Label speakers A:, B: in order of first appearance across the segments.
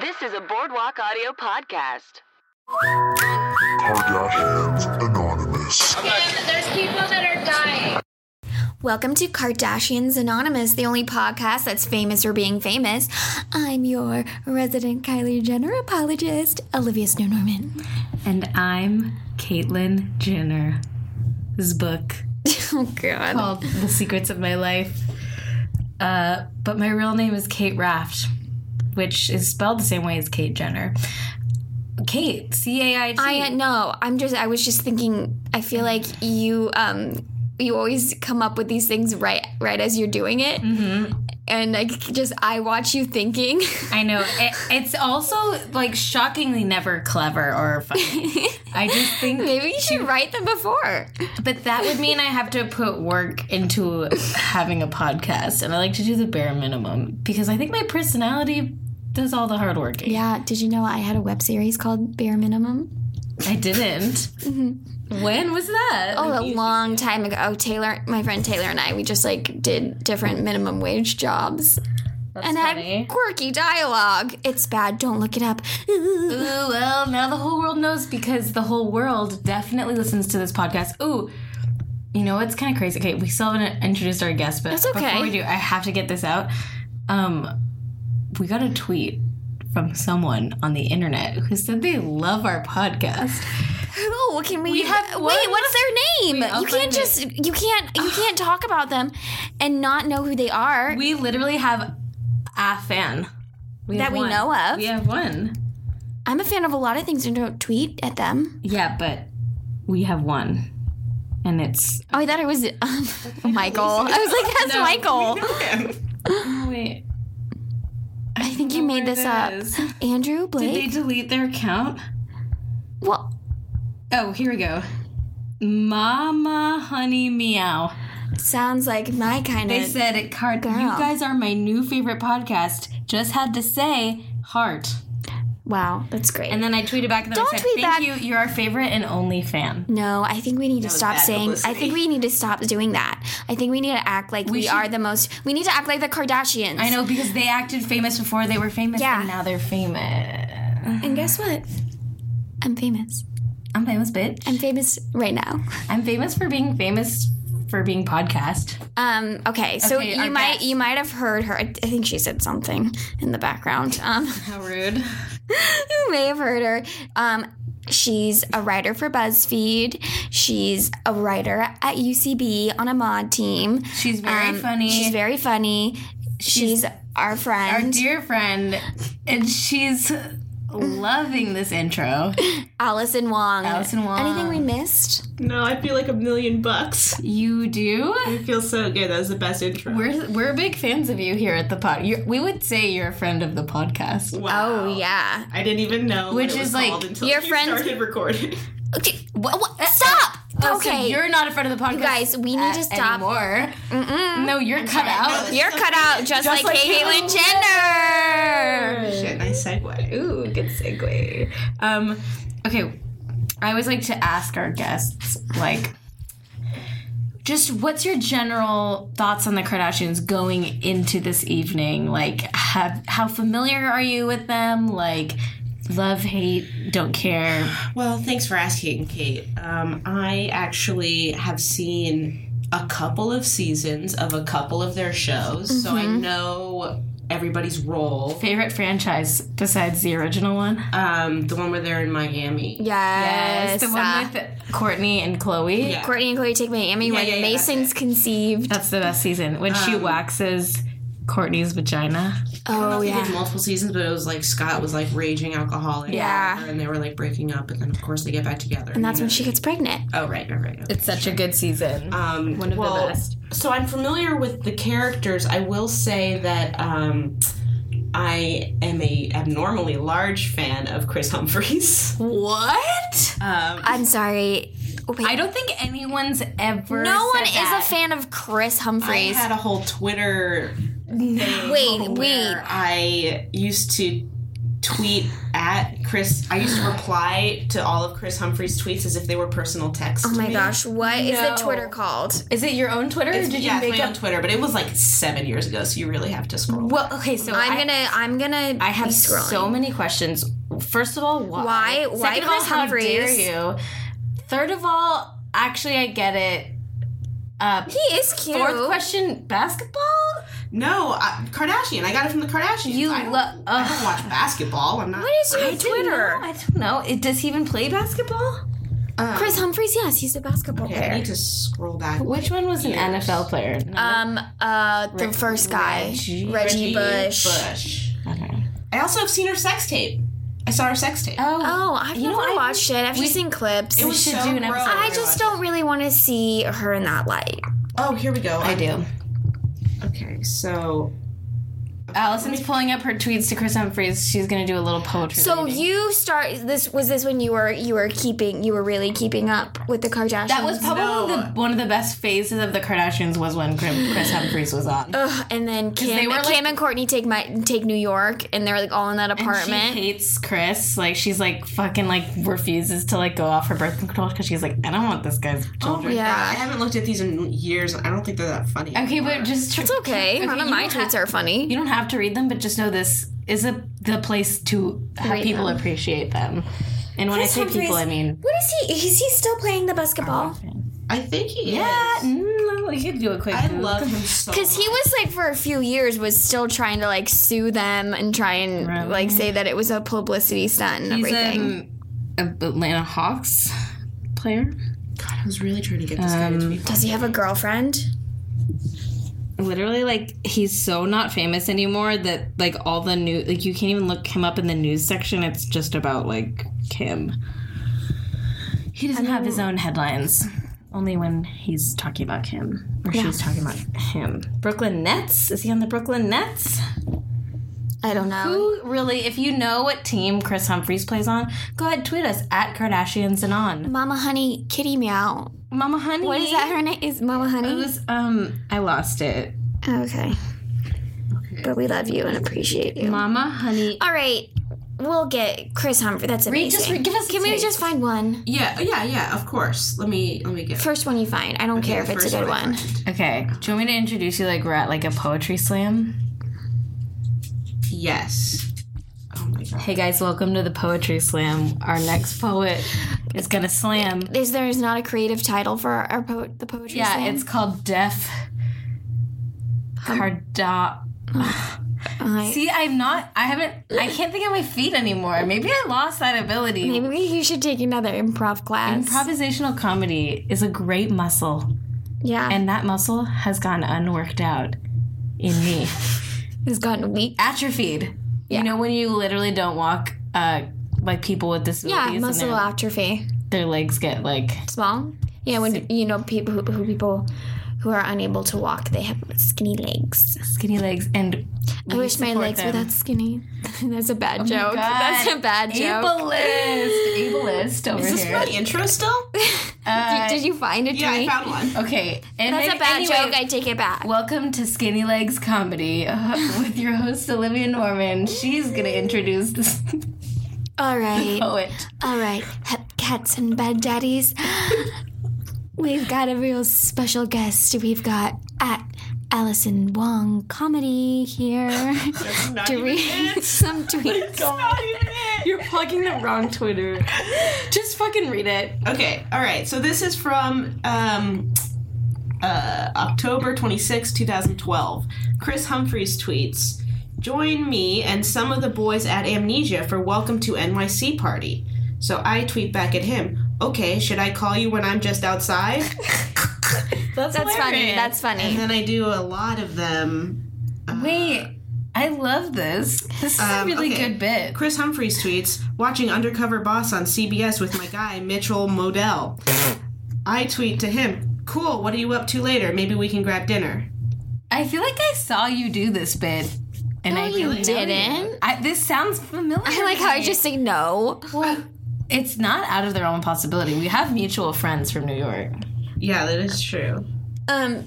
A: This is a Boardwalk Audio podcast.
B: Kardashians Anonymous.
C: And there's people that are dying.
D: Welcome to Kardashians Anonymous, the only podcast that's famous for being famous. I'm your resident Kylie Jenner apologist, Olivia Snow Norman.
E: And I'm Caitlyn Jenner. This book
D: Oh God!
E: called The Secrets of My Life. Uh, but my real name is Kate Raft, which is spelled the same way as Kate Jenner. Kate, C A I T.
D: I uh, no, I'm just. I was just thinking. I feel like you um you always come up with these things right right as you're doing it, and I c- just I watch you thinking.
E: I know. It, it's also like shockingly never clever or funny. I just think
D: Maybe you should write them before.
E: But that would mean I have to put work into having a podcast, and I like to do the bare minimum because I think my personality does all the hard work.
D: Yeah. Did you know I had a web series called Bare Minimum?
E: I didn't. When was that?
D: Mm-hmm. Oh, a long time ago. Oh, Taylor, my friend Taylor and I, we just like did different minimum wage jobs
E: That's
D: and
E: funny.
D: had quirky dialogue. It's bad. Don't look it up. Ooh.
E: Ooh, well, now the whole world knows because the whole world definitely listens to this podcast. Ooh, you know what's kind of crazy? Okay, we still haven't introduced our guest, but
D: That's okay.
E: before we do, I have to get this out. Um, we got a tweet from someone on the internet who said they love our podcast.
D: Who Oh, can we?
E: We have
D: wait,
E: one-
D: what's their name?
E: Wait, I'll
D: you can't
E: find it.
D: just you can't you can't talk about them and not know who they are.
E: We literally have a fan
D: That
E: have
D: we
E: one.
D: know of?
E: We have one.
D: I'm a fan of a lot of things and don't tweet at them.
E: Yeah, but we have one, and it's
D: Oh, I thought it was um, Michael. I was like, that's
E: No.
D: Michael.
E: oh, wait.
D: I think you
E: know
D: made
E: where
D: this
E: that
D: up.
E: is.
D: Andrew
E: Did they
D: Blake.
E: delete their account?
D: Well,
E: Oh, here we go. Mama Honey Meow.
D: sounds like my kind
E: They
D: of.
E: said it card. You
D: Girl.
E: guys are my new favorite podcast. Just had to say heart.
D: wow, that's great.
E: And then I tweeted back and then
D: Don't
E: I said,
D: tweet
E: "Thank
D: back.
E: you. You're our favorite and only fan."
D: No, I think we need to
E: was
D: stop
E: bad
D: saying. I
E: publicity.
D: think we need to stop doing that. I think we need to act like we,
E: should-
D: are the most. We need to act like the Kardashians.
E: I know because they acted famous before they were famous,
D: Yeah.
E: and now they're famous.
D: And guess what? I'm famous.
E: I'm famous, bitch.
D: I'm famous right now.
E: I'm famous for being famous for being podcast.
D: Um, okay, so
E: Okay, our
D: you might
E: guest.
D: you might have heard her. I, I think she said something in the background. Um,
E: How rude.
D: you may have heard her. Um, she's a writer for BuzzFeed. She's a writer at UCB on a mod team.
E: She's very
D: Um,
E: funny.
D: She's very funny. She's, our
E: our
D: friend.
E: dear friend, and she's loving this intro.
D: Allison Wong.
E: Allison Wong.
D: Anything we missed?
F: No, I feel like a million bucks.
E: You do?
F: It feels so good. That was the best intro.
E: We're we're big fans of you here at the pod. You're, we would say you're a friend of the podcast.
F: wow.
D: Oh yeah.
F: I didn't even know. what
E: Which
F: it was
E: is like,
F: called until
D: your
F: you
D: friends-
F: started recording.
D: Okay. What, Stop.
E: Oh, so
D: okay.
E: you're not a friend of the podcast.
D: guys, we need
E: uh,
D: to stop.
E: anymore. No, you're cut out.
D: You're cut out just, like,
E: like
D: Caitlyn Jenner.
F: Shit, nice segue.
E: Ooh, good segue. Um, okay, I always like to ask our guests, like, just what's your general thoughts on the Kardashians going into this evening? Like, have, how familiar are you with them? Like, love, hate, don't care.
F: Well, thanks for asking, Kate. Um, I actually have seen a couple of seasons of a couple of their shows, so I
D: Mm-hmm.
F: know everybody's role.
E: Favorite franchise besides the original one?
F: Um, the one where they're in Miami.
D: Yes.
E: the
D: uh,
E: one with Courtney and Chloe.
F: Yeah.
D: Courtney and Chloe take Miami when
F: yeah, yeah, that's
D: Mason's conceived.
E: That's the best season when she waxes Courtney's vagina.
D: Oh
F: They did
D: yeah.
F: multiple seasons, but it was like Scott was like raging alcoholic.
D: Yeah.
F: And they were like breaking up, and then of course they get back together.
D: And that's when she gets pregnant.
F: Oh right, right, right.
E: It's such a good season.
F: Um,
E: One of the
F: well,
E: best.
F: So I'm familiar with the characters. I will say that um, I am a abnormally large fan of Chris Humphreys.
E: What?
F: Um,
D: I'm sorry. Wait.
E: I don't think anyone's ever.
D: no one is
E: said that.
D: a fan of Chris
F: I
D: Humphreys.
F: had a whole Twitter
D: Wait, wait.
F: where I used to tweet at Chris. I used to reply to all of Chris Humphrey's tweets as if they were personal texts.
D: Oh my gosh, what is
E: No.
D: the Twitter called?
E: Is it your own Twitter? Or did
F: yeah,
E: you
F: it's
E: make
F: my own
E: up?
F: Twitter, but it was like seven years ago, so you really have to scroll.
E: Well, okay, so
D: I'm
E: I-
D: gonna I'm gonna
E: I have
D: be scrolling.
E: so many questions. First of all,
D: Why-
E: why? Second
D: why
E: of all,
D: Chris
E: how dare
D: Humphries?
E: you? Third of all, actually, I get it. Uh,
D: he is cute.
E: fourth question: basketball.
F: No, I, Kardashian. I got it from the Kardashians.
E: You
F: I don't,
E: lo-
F: I don't watch basketball. I'm not.
D: What is your Twitter?
E: I don't know. It, does he even play basketball?
D: Chris Humphries, yes, he's a basketball
F: Okay, I
D: player.
F: need to scroll back.
E: Which one was an NFL player?
D: Um, uh, the first guy, Reggie, Bush.
F: Bush.
E: okay.
F: I also have seen her sex tape. I saw her sex tape.
E: Oh,
D: Oh, I've
E: You know,
D: never
E: I-
D: watched it. I've just seen clips.
F: it was
E: should
F: so
E: do an
F: gross.
E: episode.
D: I just don't really want to see her in that light.
F: Oh, here we go.
E: I do.
F: Okay, so
E: Allison's pulling up her tweets to Chris Humphries. She's gonna do a little poetry.
D: So
E: reading.
D: you start this was this when you were you were keeping you were really keeping up with the Kardashians.
E: That was probably the, one of the best phases of the Kardashians was when Chris Chris Humphries was on.
D: Ugh, and then Kim,
E: they were, like-
D: Kim and Courtney take my take New York, and they're like all in that apartment.
E: She hates Chris. Like she's like fucking like refuses to like go off her birth control because she's like I don't want this guy's children.
D: Yeah.
F: oh I haven't looked at these in years. I don't think they're that funny.
E: Okay, but just
D: it's okay. None of
E: you
D: my
E: don't have-
D: tweets are funny.
E: You don't have to read them, but just know this is a the place to have
D: Read
E: people appreciate them. And when
D: Chris
E: I say people, I
D: Humphries-
E: mean
D: What is he? Is he still playing the basketball?
F: I think he
E: yeah.
F: is.
E: No, we could do a quick.
F: I
E: Google.
F: love him so.
D: Because he was like for a few years was still trying to like sue them and try and
E: Really?
D: like say that it was a publicity stunt and
E: He's um,
D: everything.
E: an Atlanta Hawks player.
F: God, I was really trying to get this guy to tweet.
D: Does he have a girlfriend?
E: literally like he's so not famous anymore that like all the new like you can't even look him up in the news section it's just about like kim he doesn't have his own headlines only when he's talking about him or she's talking about him brooklyn nets is he on the brooklyn nets
D: I don't know.
E: who really if you know what team chris humphreys plays on go ahead tweet us at kardashians and on
D: Mama Honey Kitty Meow.
E: mama honey
D: What is that her name? Is Mama
E: it
D: Honey?
E: was um i lost it
D: Okay. But we love you and appreciate you.
E: mama honey
D: All right. We'll get Chris Humphrey. That's amazing.
E: Read- just read- give us a
D: Can we
E: taste.
D: just find one?
F: Yeah, oh, yeah, yeah. Of course. Let me let me get.
D: First one you find. I don't care if
F: the
D: it's a
F: first
D: good
F: one I
D: one.
E: Okay. Do you want me to introduce you like we're at like a poetry slam?
F: Yes. Oh my god.
E: Hey guys, welcome to the poetry slam. Our next poet is gonna slam.
D: Is there is not a creative title for our, our po- the poetry?
E: Yeah,
D: slam?
E: it's called Deaf Carda.
D: I-
E: See, I'm not. I haven't. I can't think of my feet anymore. Maybe I lost that ability.
D: Maybe you should take another improv class.
E: Improvisational comedy is a great muscle,
D: yeah,
E: and that muscle has gone unworked out in me.
D: it's gotten weak.
E: Atrophied. You know when you literally don't walk, uh, like people with disabilities.
D: Yeah,
E: and
D: muscle
E: their-
D: atrophy.
E: their legs get like
D: Small. Yeah, when you know people who, who people who are unable to walk, they have skinny legs.
E: skinny legs and
D: I wish my
E: support
D: legs were
E: them.
D: that skinny. That's a bad joke. That's a bad joke.
E: ableist ableist over
F: Is this
E: here
F: my intro still?
E: Uh,
D: did, did you find it?
F: Yeah, I found one.
E: okay and
D: That's
E: then-
D: a bad
E: anyway,
D: joke. I take it back.
E: welcome to skinny legs comedy uh, with your host olivia norman she's gonna introduce this
D: All right.
E: poet
D: All right, hep cats and bed daddies. We've got a real special guest. We've got at Allison Wong comedy here to read some tweets.
E: you're plugging the wrong twitter just fucking read it
F: Okay, all right. So this is from um, uh, October 26, 2012. Chris Humphreys tweets Join me and some of the boys at Amnesia for Welcome to NYC Party. So I tweet back at him, Okay, should I call you when I'm just outside?
E: that's,
D: That's funny. That's
F: and
D: funny.
F: then I do a lot of them.
E: wait i love this this is a
F: Um,
E: really
F: okay.
E: good bit
F: Chris Humphreys tweets Watching Undercover Boss on CBS with my guy, Mitchell Modell. I tweet to him, Cool, what are you up to later? Maybe we can grab dinner.
E: I feel like I saw you do this bit, and I
D: No,
E: feel
D: you
E: like-
D: didn't.
E: I, this sounds familiar.
D: I like how I just say no.
E: It's not out of their own possibility. We have mutual friends from New York.
F: Yeah, that is true.
D: Um,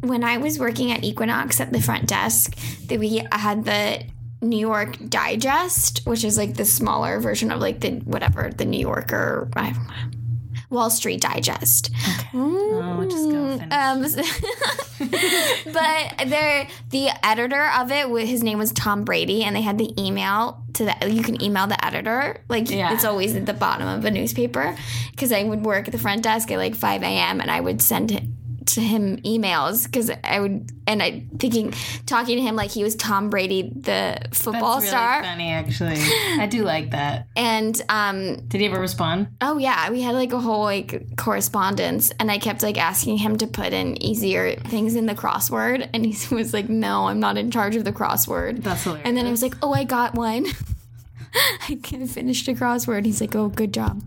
D: when I was working at Equinox at the front desk, that we had the New York Digest, which is like the smaller version of like the whatever the New Yorker. I don't know. Wall Street Digest.
E: Oh, just go finish.
D: Um, s- um, but there, the editor of it, wa- his name was Tom Brady, and they had the email to the. You can email the editor. Like
E: Yeah.
D: it's always at the bottom of a newspaper. Because I would work at the front desk at like five a.m. and I would send it to him emails because I would and I thinking talking to him like he was Tom Brady, the
E: That's
D: football
E: really
D: star.
E: funny, actually. I do like that.
D: And um,
E: Did he ever respond?
D: Oh yeah, we had like a whole like correspondence, and I kept like asking him to put in easier things in the crossword, and he was like, "No, I'm not in charge of the crossword."
E: That's hilarious.
D: and then I was like, "Oh, I got one." I can finish the crossword. He's like, "Oh, good job."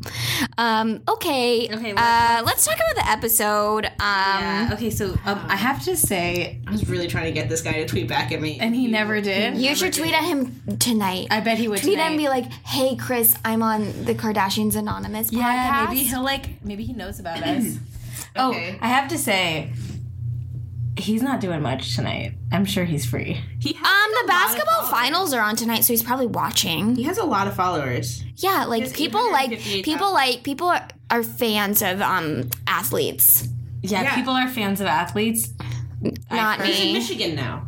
D: Um, okay,
E: Okay,
D: uh, let's talk about the episode. Um,
E: yeah. Okay, so um, I have to say,
F: I was really trying to get this guy to tweet back at me.
E: and he never did.
D: You should tweet at him tonight.
E: I bet he would
D: tweet at
E: tonight.
D: him and be like, "Hey, Chris, I'm on the Kardashians Anonymous
E: Yeah,
D: podcast."
E: maybe he'll like. Maybe he knows about us.
F: Okay.
E: Oh, I have to say, he's not doing much tonight. I'm sure he's free.
F: He has,
D: Um, the basketball finals are on tonight, so he's probably watching.
F: he has a lot of followers.
D: Yeah, like
F: Yes,
D: people like
F: 858,000.
D: people like people are, are fans of um athletes,
E: Yeah,
F: Yeah.
E: people are fans of athletes.
D: not
F: He's in
D: me.
F: Michigan now.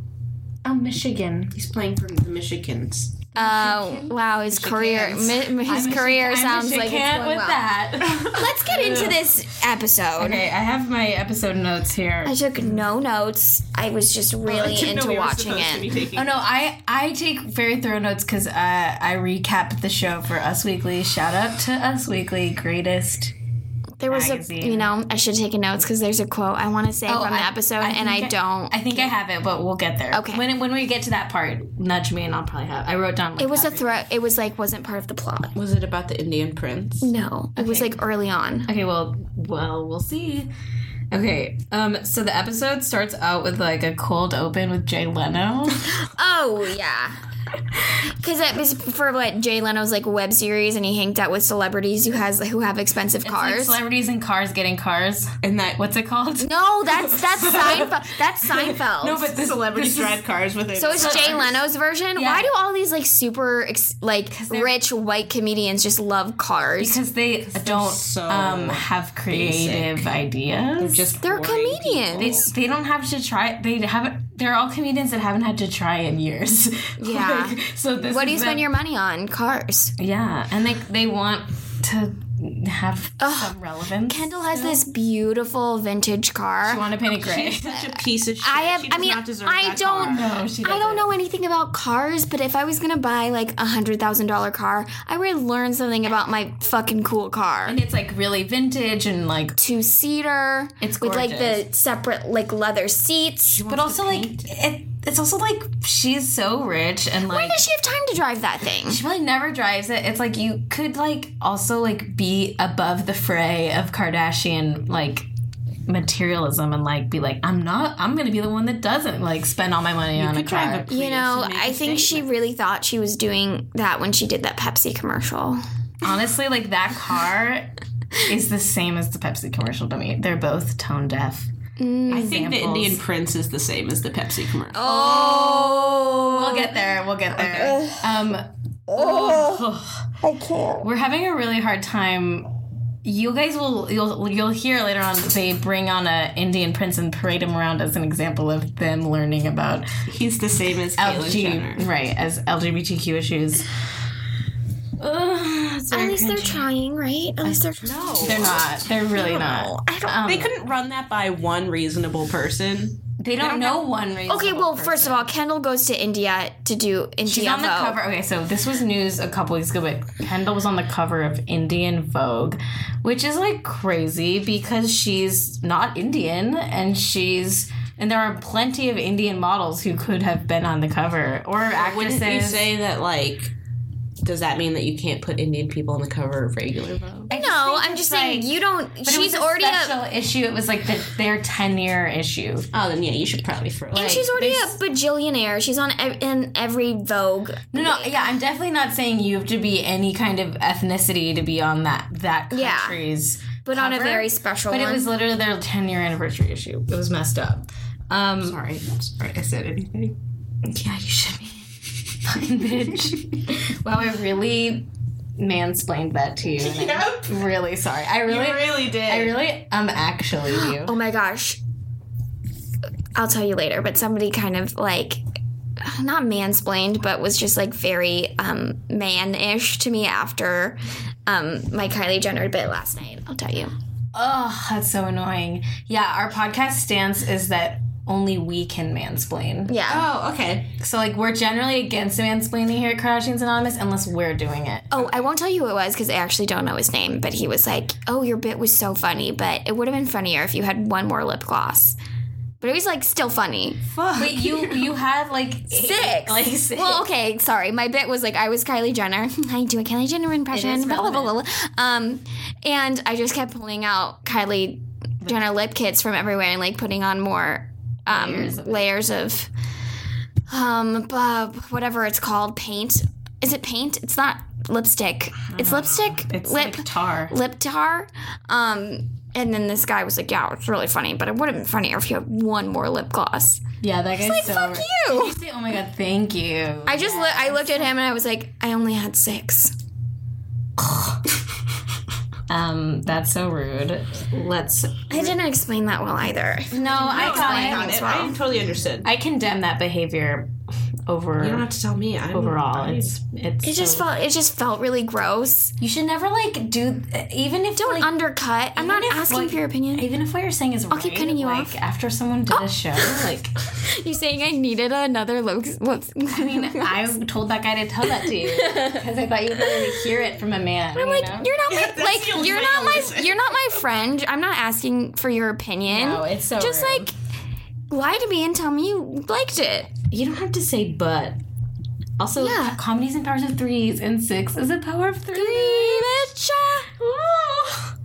E: Oh, Michigan.
F: He's playing for the Michigans.
D: Uh, wow, his career mi- mi- his career sounds like it's
E: Michigan
D: going
E: with
D: well.
E: that.
D: Let's get into this episode.
E: okay, I have my episode notes here.
D: I took no notes. I was just really into watching it.
E: Oh no, I I take very thorough notes because uh, I recap the show for Us Weekly. Shout out to Us Weekly, greatest.
D: There was a,
E: magazine.
D: you know, I should take a notes because there's a quote I want to say from the episode, and I
E: think
D: don't.
E: I think I have it, but we'll get there.
D: Okay.
E: When when we get to that part, nudge me, and I'll probably have. I wrote down. Like
D: it was a throw. It was like wasn't part of the plot.
F: Was it about the Indian prince?
D: No, it was like early on.
E: Okay, well, well, we'll see. Okay, um, so the episode starts out with like a cold open with Jay Leno.
D: Oh yeah. Because it was for what Jay Leno's like web series, and he hanged out with celebrities who has who have expensive
E: Like
D: cars.
E: celebrities in cars getting cars.
F: And that
E: What's it called?
D: no, that's that's Seinfeld. That's Seinfeld.
E: No, but this
F: celebrity
E: this is-
F: drive cars with it.
D: so it's Jay Leno's version. Why do all these like super ex- like rich white comedians just love cars?
E: because they don't
F: so
E: um, have creative ideas. They're just
D: they're comedians.
E: they don't have to try. They haven't. They're all comedians that haven't had to try in years.
D: Yeah.
E: Like, so this
D: What do
E: is
D: you spend
E: them-
D: your money on? Cars.
E: Yeah, and they they want to have
D: Ugh.
E: some relevance.
D: Kendall has this beautiful vintage car.
E: I want to paint it gray.
F: She's such a piece of shit.
D: I have.
F: She
D: I
F: does
D: mean,
F: not deserve
D: I
F: that
D: don't.
F: car.
E: No, she
D: I don't
E: doesn't.
D: know anything about cars, but if I was gonna buy like a hundred thousand dollar car, I would learn something about my fucking cool car.
E: And it's like really vintage and like,
D: Two seater.
E: It's
D: with like the
E: gorgeous.
D: separate like leather seats.
E: but also like it, it's also like she's so rich and like
D: When does she have time to drive that thing?
E: she probably never drives it. It's like you could like also like be above the fray of Kardashian like materialism and like be like I'm not I'm gonna be the one that doesn't like spend all my money on a
F: could drive
E: car.
F: a-
D: You know, I think she really thought she was doing that when she did that Pepsi commercial.
E: Honestly, like that car is the same as the Pepsi commercial to me. They're both tone deaf.
F: I think the
E: Examples.
F: Indian prince is the same as the Pepsi commercial.
D: Oh.
E: We'll get there. We'll get there. Um, I can't. We're having a really hard time. You guys will you'll you'll hear later on that they bring on a Indian prince and parade him around as an example of them learning about
F: He's the same as Caitlyn
E: LG
F: Jenner.
E: right as LGBTQ issues. Ugh, it's very
D: At least they're
E: cringy.
D: trying, right? At least they're no.
E: They're not. They're really not.
D: I don't.
F: They couldn't run that by one reasonable person.
E: They don't, know one reason.
D: okay, well, first of all, Kendall goes to India to do India.
E: She's on the cover. Okay, so this was news a couple weeks ago, but Kendall was on the cover of Indian Vogue, which is like crazy because she's not Indian and she's and there are plenty of Indian models who could have been on the cover or
F: Wouldn't
E: actresses.
F: you say that, like, does that mean that you can't put Indian people on the cover of regular Vogue?
D: No, I'm just saying you don't.
E: But
D: She's
E: it was a
D: already a
E: special issue. It was like the, their tenure issue.
F: Oh, then yeah, you should probably throw it.
D: And she's already a bajillionaire. She's on ev- in every Vogue.
E: No, no, yeah, I'm definitely not saying you have to be any kind of ethnicity to be on that that
D: Yeah.
E: country's.
D: But on a
E: cover.
D: very special
E: But
D: one.
E: it was literally their 10 year anniversary issue. It was messed up. Um,
F: sorry, I'm sorry, I said anything.
E: yeah, you should be. Fucking bitch. wow, I really mansplained that to you. and
F: Yep.
E: I'm really sorry. I really,
F: You really did.
E: I really am actually you.
D: Oh my gosh. I'll tell you later, but somebody kind of like not mansplained, but was just like very um man-ish to me after um my Kylie Jenner bit last night. I'll tell you.
E: Oh, that's so annoying. Yeah, our podcast stance is that only we can mansplain.
D: Yeah.
F: oh, okay.
E: So like we're generally against mansplaining here at Kardashians Anonymous unless we're doing it.
D: Oh, I won't tell you who it was because I actually don't know his name, but he was like, "Oh, your bit was so funny, but it would have been funnier if you had one more lip gloss." But it was like still funny.
E: Fuck. Wait, you you had like eight-
D: Six.
E: like six.
D: Well, okay, sorry. My bit was like I was Kylie Jenner. I do a Kylie Jenner impression. Blah, blah, blah, blah, blah. Um, and I just kept pulling out Kylie Jenner lip kits from everywhere and like putting on more um, layers of, um, blah, whatever it's called, paint. Is it paint? It's not lipstick. It's lipstick.
E: It's
D: lip
E: like tar.
D: lip tar. Um, and then this guy was like, "Yeah, it's really funny, but it would have been funnier if you had one more lip gloss."
E: Yeah, that guy's so.
D: Fuck
E: right.
D: you!
E: You say, oh my god, thank you.
D: I just loo- I looked at him and I was like, I only had six.
E: Um, that's so rude. Let's.
D: I didn't explain that well either.
E: No, I
F: I,
E: got it.
F: I totally understood.
E: I condemn that behavior over
F: you don't have to tell me. I'm,
E: overall. It's it's.
D: It just felt it just felt really gross.
E: you should never like do even if
D: Don't
E: like,
D: undercut. I'm not
E: even if
D: asking
E: what-
D: for your opinion.
E: Even if what you're saying is I'll
D: keep cutting you
E: like,
D: off.
E: After someone did a show, like
D: You're saying I needed another look. What's I mean?
E: I told that guy to tell that to you because I thought you'd really hear it from a man.
D: I'm
E: you
D: like,
E: know?
D: you're not my
F: that's
D: like
F: the only
D: you're
F: way
D: not
F: I
D: my
F: listen.
D: you're not my friend. I'm not asking for your opinion.
E: No, Oh, it's so
D: just
E: rude.
D: like lie to me and tell me you liked it.
E: you don't have to say but. Also,
D: Yeah.
E: comedies and powers of threes and six is a power of three.
D: Bitch.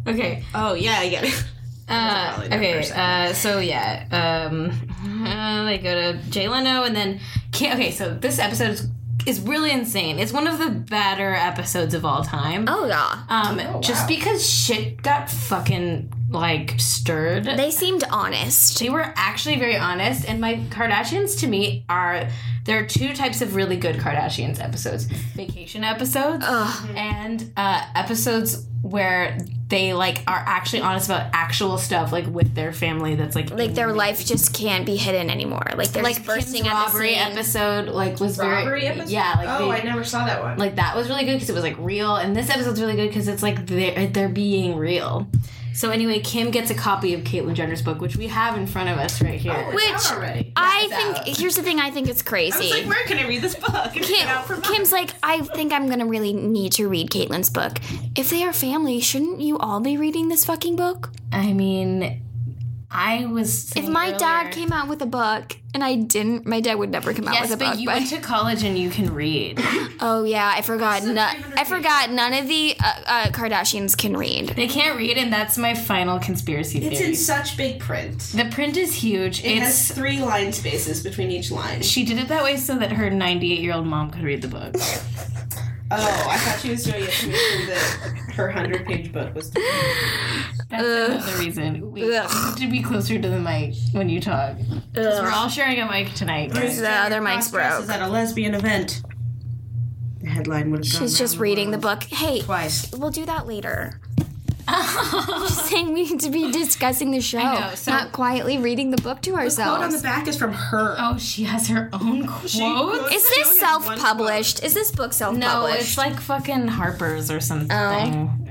E: Okay.
F: oh yeah, I get it.
E: Uh, okay. Uh, so yeah, um, uh, they go to Jay Leno, and then can okay. So this episode is, is really insane. It's one of the better episodes of all time.
D: Oh yeah.
E: Um, just because shit got fucking like stirred.
D: They seemed honest.
E: They were actually very honest, and my Kardashians to me are there are two types of really good Kardashians episodes: vacation episodes and uh, episodes where they like are actually honest about actual stuff, like with their family. That's like
D: Like their life just can't be hidden anymore. Like they're
E: like
D: just bursting
E: Kim's
D: at the
E: robbery
D: seams.
E: episode, like was
F: Robbery
E: very
F: episode?
E: yeah, like
F: oh,
E: they-
F: I never saw that one.
E: like that was really good because it was like real and this episode's really good because it's like they're, they're being real so anyway kim gets a copy of caitlyn jenner's book which we have in front of us right here
D: Which
F: Out already.
D: I
E: it's
D: think here's the thing. I think it's
F: I
D: crazy.
F: was like, where can I read this book? It's been out for
D: Kim, Kim's like, I think I'm gonna really need to read Caitlyn's book. If they are family, shouldn't you all be reading this fucking book?
E: i mean i was
D: If
E: saying
D: my dad
E: earlier-
D: came out with a book and I didn't, my dad would never come out
E: yes
D: with a
E: but
D: book.
E: you
D: but-
E: went to college and you can read
D: oh yeah, I forgot. No, I forgot. None of the uh, uh, Kardashians can read.
E: they can't read and that's my final conspiracy
F: It's
E: theory
F: in such big print.
E: the print is huge
F: It
E: it's
F: has three line spaces between each line.
E: she did it that way so that her 98 year old mom could read the book
F: Oh, I thought she was doing it to make sure that her hundred page book was.
E: That's another reason. We need to be closer to the mic when you talk. Because we're all sharing a mic tonight. guys.
D: The other mic's broke.
F: at a lesbian event. The headline would have gone.
D: She's just reading the book. Hey,
F: twice.
D: we'll do that later. Just saying we need to be discussing the show,
E: know, so-
D: not quietly reading the book to
F: Quote on
D: ourselves.
F: the back is from her.
E: Oh, she has her own quote?
D: Is this self-published? Is this book
E: no,
D: self-published?
E: it's like fucking Harper's or something.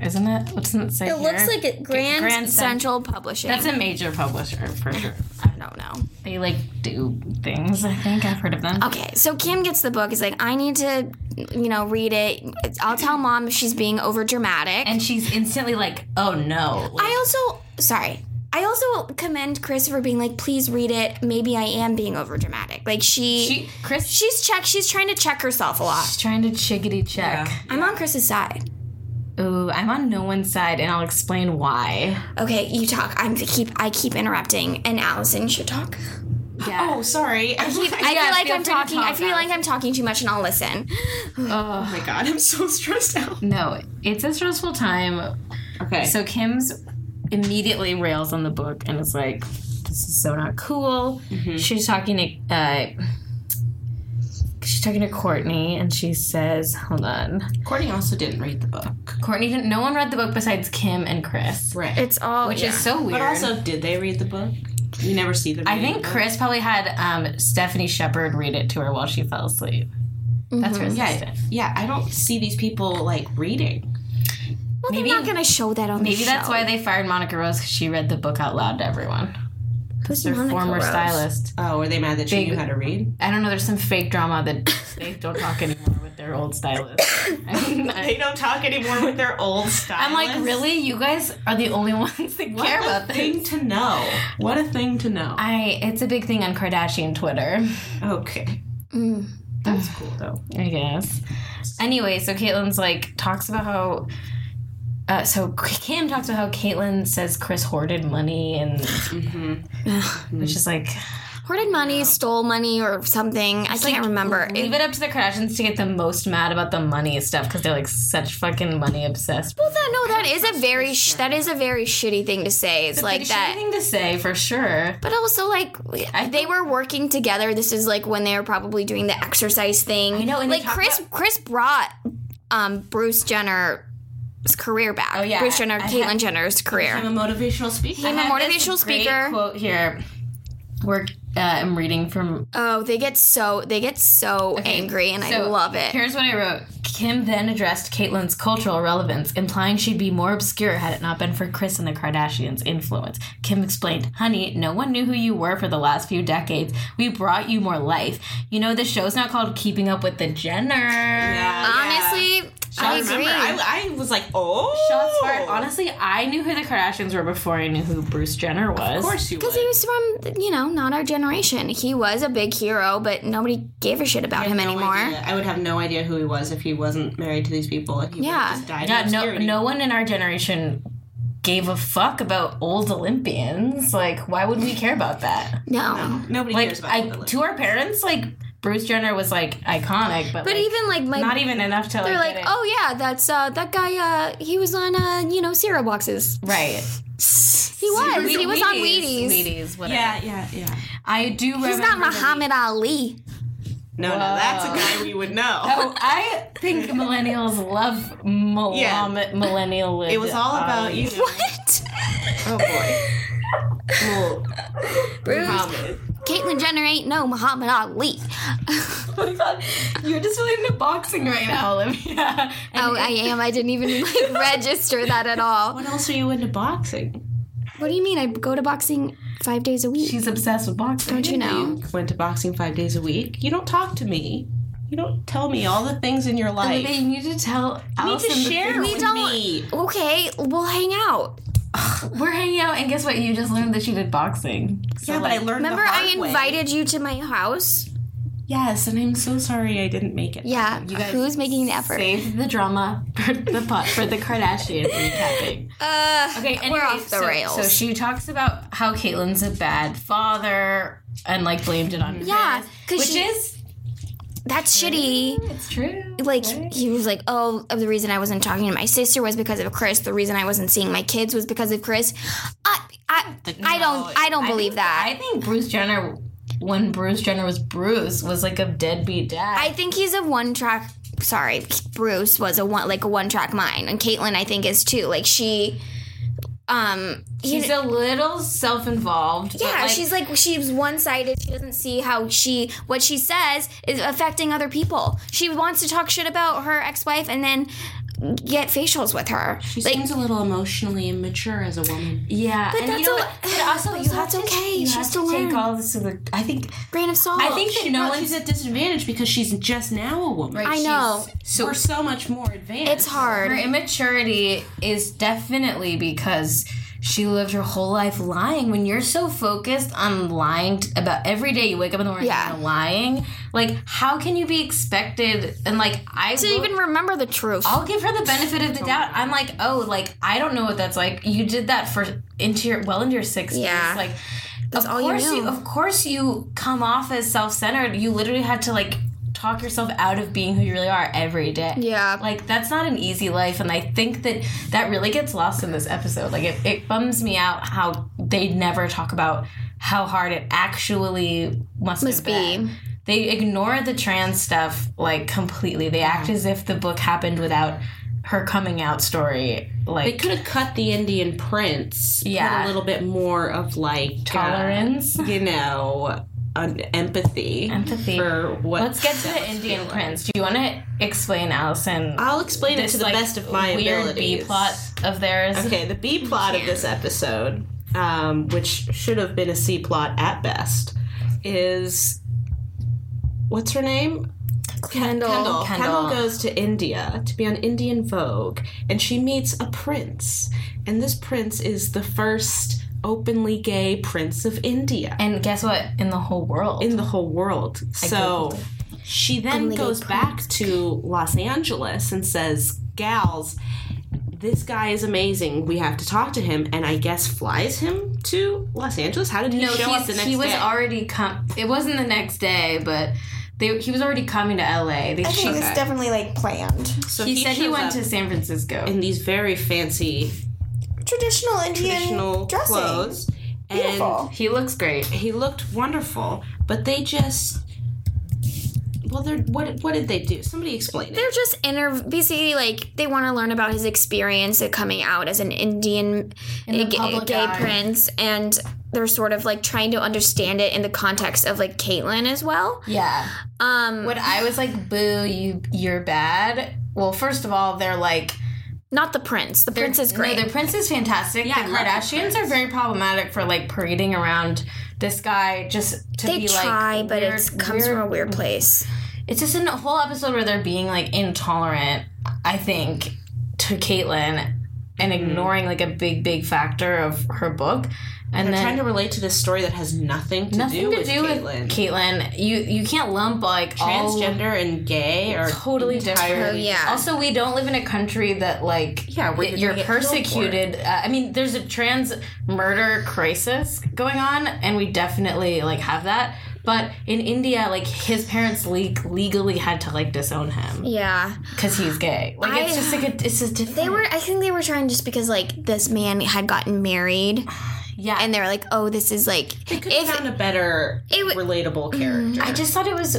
E: Isn't it? What doesn't it say?
D: Oh. It looks like it, Grand,
E: Grand
D: Central Publishing.
E: That's a major publisher for sure.
D: I don't know.
E: They like do things, I think. I've heard of them.
D: Okay, so Kim gets the book. Is like, I need to, you know, read it. I'll tell mom if she's being over dramatic.
E: And she's instantly like, oh no. Like,
D: I also, sorry, I also commend Chris for being like, please read it. Maybe I am being over dramatic. Like she,
E: she, Chris, she's
D: she's check. She's trying to check herself a lot.
E: trying to chickadee check.
D: I'm on Chris's side.
E: Ooh, I'm on no one's side and I'll explain why.
D: Okay, you talk. I'm keep. I keep interrupting, and Allison should talk.
E: Yeah.
F: Oh, sorry. I,
D: I feel
E: Yeah,
D: like
E: feel
D: I'm
E: free to
D: talking. I
E: talk,
D: feel like I'm talking too much, and I'll listen.
F: oh my god, I'm so stressed out.
E: No, it's a stressful time.
F: Okay.
E: So Kim's immediately rails on the book and is like,
F: Mm-hmm.
E: "This is so not cool." She's talking to. Uh, she's talking to Courtney and she says, hold on.
F: Courtney also didn't read the book.
E: Courtney didn't, no one read the book besides Kim and Chris.
F: Right.
D: It's all
E: Which
D: yeah.
E: is so weird.
F: but also, did they read the book? You never see them.
E: I
F: reading
E: think
F: the book.
E: Chris probably had um, Stephanie Shepard read it to her while she fell asleep. That's her
F: Yeah,
E: assistant.
F: yeah, I don't see these people like reading.
D: Well,
E: maybe-
D: they're not gonna show that on
E: Maybe
D: the show.
E: that's why they fired Monica Rose because she read the book out loud to everyone.
D: Who's
E: Their
D: Monica
E: former
D: Rose?
E: stylist.
F: Oh, were they mad that she
E: Big-
F: knew how to read?
E: I don't know. There's some fake drama that they don't talk anymore with their old stylist.
F: They
E: I-
F: don't talk anymore with their old style.
E: I'm like, really? You guys are the only ones that care
F: What
E: about
F: a thing
E: this.
F: to know. What a thing to know.
E: I. It's a big thing on Kardashian Twitter.
F: Okay.
D: Mm.
F: That's cool though.
E: I guess. Anyway, so Caitlin's like talks about how. Uh, so Kim talks about how Caitlyn says Chris hoarded money and
D: Mm-hmm.
E: which is like
D: Hoarded money, stole money, or something. I can't remember.
E: leave
D: It-
E: it up to the Kardashians to get the most mad about the money stuff because they're like such fucking money obsessed.
D: well, that, no, that is a very sh- that is a very shitty thing to say. It's like
E: Pretty shitty
D: that.
E: thing to say for sure.
D: But also, like, they were working together. This is like when they were probably doing the exercise thing. I
E: know, and they
D: like
E: talk
D: Chris, Chris brought um, Bruce Jenner's career back. Oh
E: yeah.
D: Bruce Jenner,
E: I- I
D: Caitlyn Jenner's career.
F: I'm a motivational speaker.
D: I'm a
E: have this
D: motivational
E: great
D: speaker.
E: quote here. Where uh, I'm reading from.
D: Oh, they get so they get so angry, and I
E: so
D: love it.
E: Here's what I wrote. Kim then addressed Caitlyn's cultural relevance, implying she'd be more obscure had it not been for Chris and the Kardashians' influence. Kim explained, "Honey, no one knew who you were for the last few decades. We brought you more life. You know the show's not called Keeping Up with the Jenners."
D: Honestly, I agree.
F: remember, I, I was like, oh,
E: Shots fired. Honestly, I knew who the Kardashians were before I knew who Bruce Jenner was.
F: Of course you would.
D: Because he was from, you know, not our generation. He was a big hero, but nobody gave a shit about him
F: No
D: anymore.
F: idea. I would have no idea who he was if he wasn't married to these people. Like, he would've
D: Yeah.
F: just died in
E: Yeah, no,
F: obscurity.
E: no one in our generation gave a fuck about old Olympians. Like, why would we care about that?
D: No.
F: Nobody cares
E: Like,
F: about
E: I, to our parents, like Bruce Jenner was like iconic, but,
D: But
E: like,
D: even like my
E: not even enough to.
D: they're like,
E: like, get it.
D: oh yeah, that's uh that guy uh he was on uh, you know, cereal boxes.
E: right.
D: He was. he was on Wheaties.
E: Wheaties, whatever.
F: yeah, yeah, yeah.
E: I do.
D: He's not Muhammad Ali.
F: No, no, that's a guy we would know.
E: Oh, I think millennials love um, mil-
F: Yeah.
E: millennial.
F: it was
E: Um,
F: all about you. know,
D: What?
F: Oh boy. Um, Well,
D: Bruce.
F: Muhammad.
D: Caitlyn Jenner ain't no Muhammad Ali.
E: Oh my god, you're just really into boxing right now, Olivia.
D: Oh, I am. I didn't even like register that at all.
F: What else are you into boxing?
D: What do you mean? I go to boxing five days a week.
E: She's obsessed with boxing.
D: Don't you know?
F: Went to boxing five days a week. You don't talk to me. You don't tell me all the things in your life.
E: Olivia, you need to tell
F: You need
E: Allison.
F: to
E: the
F: share
E: thing-
F: with
D: don't-
F: me.
D: Okay, we'll hang out.
E: We're hanging out, and guess what? You just learned that she did boxing. So,
F: yeah, but I
E: like-
F: learned.
D: Remember,
F: the hard
D: I
F: way.
D: invited you to my house.
F: Yes, and I'm so sorry I didn't make it.
D: Yeah, who's making the effort?
E: Save the drama for the pot for the Kardashian recapping.
D: Uh,
E: Okay, anyway,
D: we're off the
E: so,
D: rails.
E: So she talks about how Caitlyn's a bad father and like blamed it on
D: Yeah,
E: Chris,
D: 'cause
E: which
D: she-
E: is
D: That's shitty.
E: it's true.
D: like he was like, "Oh, the reason I wasn't talking to my sister was because of Chris. The reason I wasn't seeing my kids was because of Chris." I, I, I don't, I don't believe that.
E: I think Bruce Jenner, when Bruce Jenner was Bruce, was like a deadbeat dad.
D: I, think he's a one track. Sorry, Bruce was a one like a one track mind, and Caitlyn I think is too. Like she, um, he-
E: She's a little self-involved. but,
D: yeah,
E: like,
D: she's like she's one sided. She doesn't see how she what she says is affecting other people. She wants to talk shit about her ex wife and then get facials with her.
F: She
D: like
F: seems a little emotionally immature as a woman.
E: yeah, but and
D: that's
E: you know
D: o-
E: what? But also, you have
D: that's
E: to
D: okay.
E: You
D: She
E: have
D: has
E: to
D: to
E: take
D: learn.
E: all this to the. I think
D: grain of salt.
E: I think that no one's
F: at disadvantage because she's just now a woman.
D: I know.
F: So we're so much more advanced.
D: It's hard.
E: her immaturity is definitely because she lived her whole life lying. When you're so focused on lying t- about every day you wake up in the morning
D: Yeah.
E: and lying, like how can you be expected? And like I
D: to
E: will-
D: even remember the truth.
E: I'll give her the benefit of the doubt. I'm like, oh, like I don't know what that's like. You did that for into your well into your sixties.
D: Yeah.
E: Like of
D: all you
E: course
D: knew.
E: of course you come off as self centered. You literally had to like talk yourself out of being who you really are every day.
D: Yeah.
E: Like that's not an easy life and I think that that really gets lost in this episode. Like it, it bums me out how they never talk about how hard it actually must,
D: Must
E: have been.
D: be.
E: They ignore the trans stuff like completely. They act as if the book happened without her coming out story.
F: They
E: Like
F: could have cut the Indian prince. put
E: Yeah.
F: a little bit more of like uh,
E: tolerance.
F: you know, an empathy.
E: Empathy.
F: for what.
E: Let's get to the Indian prince. Do you want to explain, Allison?
F: I'll explain it to the
E: like,
F: best of my
E: weird
F: abilities.
E: B plot of theirs.
F: Okay, the B plot of this episode, um, which should have been a C plot at best, is what's her name?
D: Kendall.
F: Kendall.
E: Kendall.
F: Kendall goes to India to be on Indian Vogue, and she meets a prince, and this prince is the first openly gay prince of India
E: And guess what? In the whole world.
F: in the whole world. so she then goes back to Los Angeles and says, Gals, this guy is amazing. We have to talk to him. And I guess flies him to Los Angeles? How did he
E: no,
F: show up
E: he's,
F: the next
E: he was
F: day?
E: already com- It wasn't the next day, but they, he was already coming to LA. They,
G: I think
E: she,
G: it was definitely like planned.
F: so
E: he, said he
F: shows
E: went
F: up
E: to San Francisco.
F: in these very fancy
G: Traditional Indian
F: traditional
G: dressing.
F: clothes. And
G: Beautiful.
E: he looks great.
F: he looked wonderful, but they just well, they're, what what did they do? Somebody explain it.
D: They're just inter basically like they want to learn about his experience of coming out as an Indian
E: the
D: g-
E: public
D: gay
E: eye.
D: prince, and they're sort of like trying to understand it in the context of like Caitlyn as well.
E: Yeah.
D: Um,
E: When I was like, "Boo, you, you're bad." Well, first of all, they're like,
D: not the prince. The prince is great.
E: No, the prince is fantastic. the Kardashians are very problematic for like parading around this guy just to
D: they
E: be like.
D: try, but
E: weird-
D: it comes from a weird place.
E: It's just a whole episode where they're being like intolerant. I think to Caitlyn and
F: Mm-hmm.
E: ignoring like a big, big factor of her book, and
F: They're
E: then
F: trying to relate to this story that has nothing to
E: nothing
F: do
E: to
F: with
E: do with
F: Caitlyn.
E: Caitlyn. You you can't lump like all-
F: transgender and gay are
E: totally different.
D: Oh, yeah.
E: Also, we don't live in a country that like
F: Yeah, where
E: that
F: you're
E: you're
F: gonna get killed for it.
E: persecuted. Uh, I mean, there's a trans murder crisis going on, and we definitely like have that. But in India, like his parents le- legally had to like disown him
D: Yeah,
E: because he's gay. Like it's
D: I-
E: just like a, it's just different.
D: they were. I think they were trying just because like this man had gotten married,
E: yeah,
D: and they were like, "Oh, this is like
F: If found a better
D: it w-
F: relatable character.
E: I just thought it was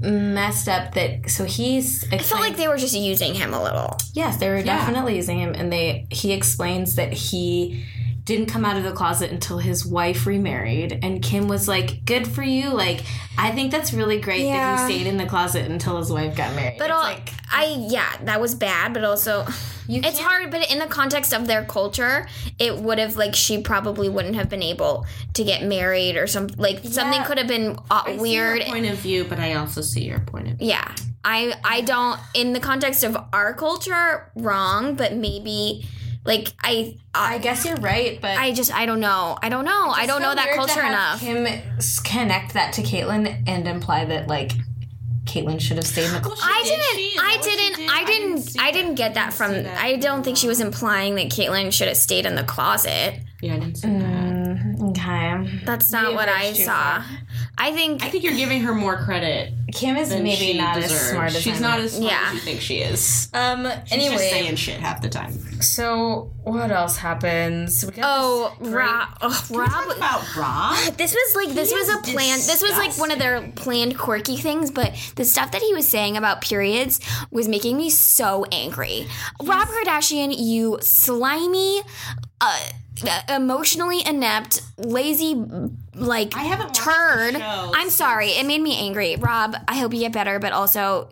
E: messed up that so he's
D: I felt like they were just using him a little.
E: Yes, they were definitely using him, and they he explains that he didn't come out of the closet until his wife remarried, and Kim was like, "Good for you!" Like, I think that's really great
D: Yeah.
E: that he stayed in the closet until his wife got married.
D: But
E: It's
D: all,
E: like,
D: I yeah, that was bad. But also,
E: you
D: it's
E: can't-
D: hard. But in the context of their culture, it would have like she probably wouldn't have been able to get married or some like something could have been uh, weird.
F: point of view, but I also see your point of view.
D: Yeah, I I don't in the context of our culture wrong, but maybe like I
E: I
D: I
E: guess you're right, but
D: I just I don't know. I don't know. I don't know that culture enough.
E: Him connect that to Caitlyn and imply that like Caitlyn should have stayed in the closet.
D: I
F: did.
D: didn't,
F: She-
D: I
F: what she
D: didn't,
F: did,
D: I
F: I didn't
D: didn't,
F: see
D: I didn't get that from. I don't think she was implying that Caitlyn should have stayed in the closet.
F: Yeah, I didn't see that.
E: Mm. Mm-hmm. okay,
D: That's not what I
E: too
D: saw. I think,
F: I think you're giving her more credit
E: Kim is
F: than
E: maybe
F: she
E: not
F: deserves.
E: as smart as
F: She's
E: I'm
F: not as smart
D: Yeah.
F: as you think she is.
E: Um.
F: She's just
E: anyway,
F: saying shit half the time.
E: so what else happens? We got
D: oh, Rob, oh,
F: Talk
D: Rob.
F: about Rob.
D: This was like this was a
F: is
D: plan. This was like one of their planned quirky things, but the stuff that he was saying about periods was making me so angry. Rob Kardashian, you slimy, uh, emotionally inept, lazy, like
F: I haven't watched the
D: turd.
F: show
D: I'm sorry, it made me angry. Rob, I hope you get better, but also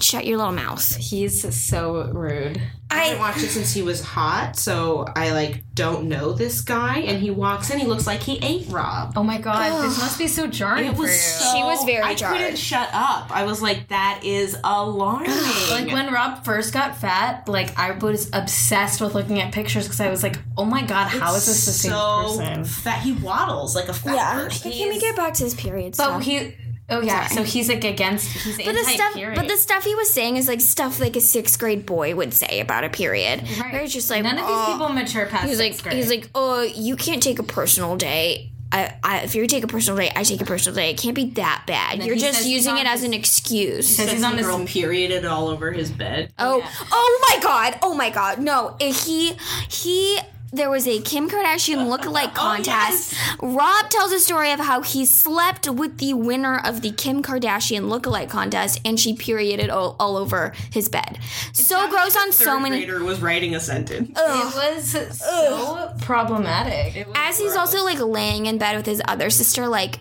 D: shut your little mouth.
E: He's so rude.
F: I haven't watched it since he was hot, so I like don't know this guy. And he walks in, he looks like he ate Rob.
E: Oh my god, this must be so jarring
F: It
E: for you.
F: was so,
D: She was very
F: I
D: jarred.
F: couldn't shut up. I was like, that is alarming.
E: like when Rob first got fat, like I was obsessed with looking at pictures because I was like, "Oh my god, how is this the same
F: so
E: person?"
F: fat. He waddles like a fat
G: Yeah.
F: person.
D: Can we get back to this period
E: But he, oh yeah, so he's like against. He's
D: But the
E: anti
D: stuff,
E: period.
D: but the stuff he was saying is like stuff like a sixth grade boy would say about a period. Right. Where it's just like
E: None of these
D: "Oh."
E: people mature past.
D: He's like,
E: sixth grade.
D: he's like, oh, you can't take a personal day. I, I, if you take a personal day, I take a personal day. It can't be that bad. You're
E: he
D: just
E: says he's
D: using
E: on
D: it as
E: his-
D: an excuse.
E: Says he's on this.
F: girl perioded all over his bed.
D: oh, oh my god, oh my god, no, eh, he, he there was a Kim Kardashian
E: Oh,
D: lookalike contest. Rob tells a story of how he slept with the winner of the Kim Kardashian lookalike contest, and she perioded all, all over his bed. so gross on so many.
F: Grader was writing a sentence.
E: It was so problematic. It was
D: As he's also like laying in bed with his other sister, like,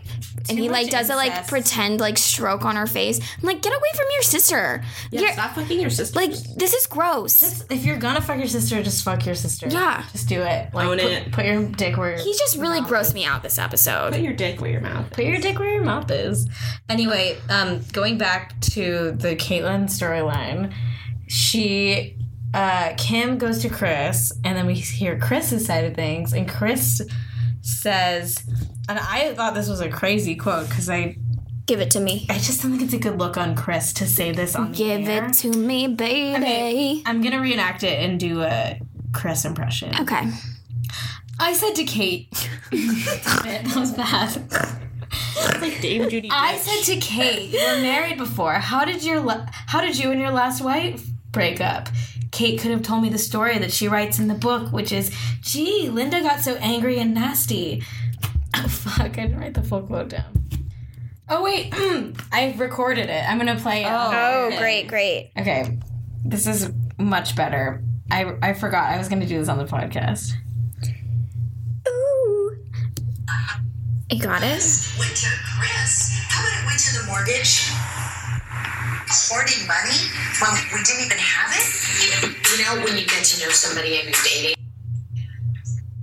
D: and he
E: much
D: like does it like
E: incest.
D: pretend like stroke on her face. I'm like, get away from your sister. You're-
F: Stop fucking your sister.
D: like this is gross.
E: if you're gonna fuck your sister, just fuck your sister.
D: Yeah.
E: Just do it. Like,
F: Own
E: put,
F: it.
E: Put your dick where your
D: he just really grossed me out this episode.
F: put your dick where your mouth.
E: put your dick where your mouth is. Anyway, um, going back to the Caitlyn storyline, she uh, Kim goes to Chris, and then we hear Chris's side of things, and Chris says, and I thought this was a crazy quote because I
D: Give it to me.
E: I just don't think it's a good look on Chris to say this on the
D: Give
E: air.
D: it to me, baby.
E: Okay, I'm gonna reenact it and do a Chris impression.
D: Okay.
E: I said to Kate, that was bad.
F: Like Dame Judy.
E: I said to Kate, you were married before. How did your la- how did you and your last wife break up? Kate could have told me the story that she writes in the book, which is, gee, Linda got so angry and nasty. Oh fuck, I didn't write the full quote down. Oh wait, I recorded it. I'm gonna play it.
D: Oh, great, great.
E: Okay, this is much better. I, I forgot I was gonna do this on the podcast.
D: Ooh. You got it?
H: Went to Chris. How about it went to the mortgage? Hoarding money when we didn't even have it? You know, when you get to know somebody and you're dating.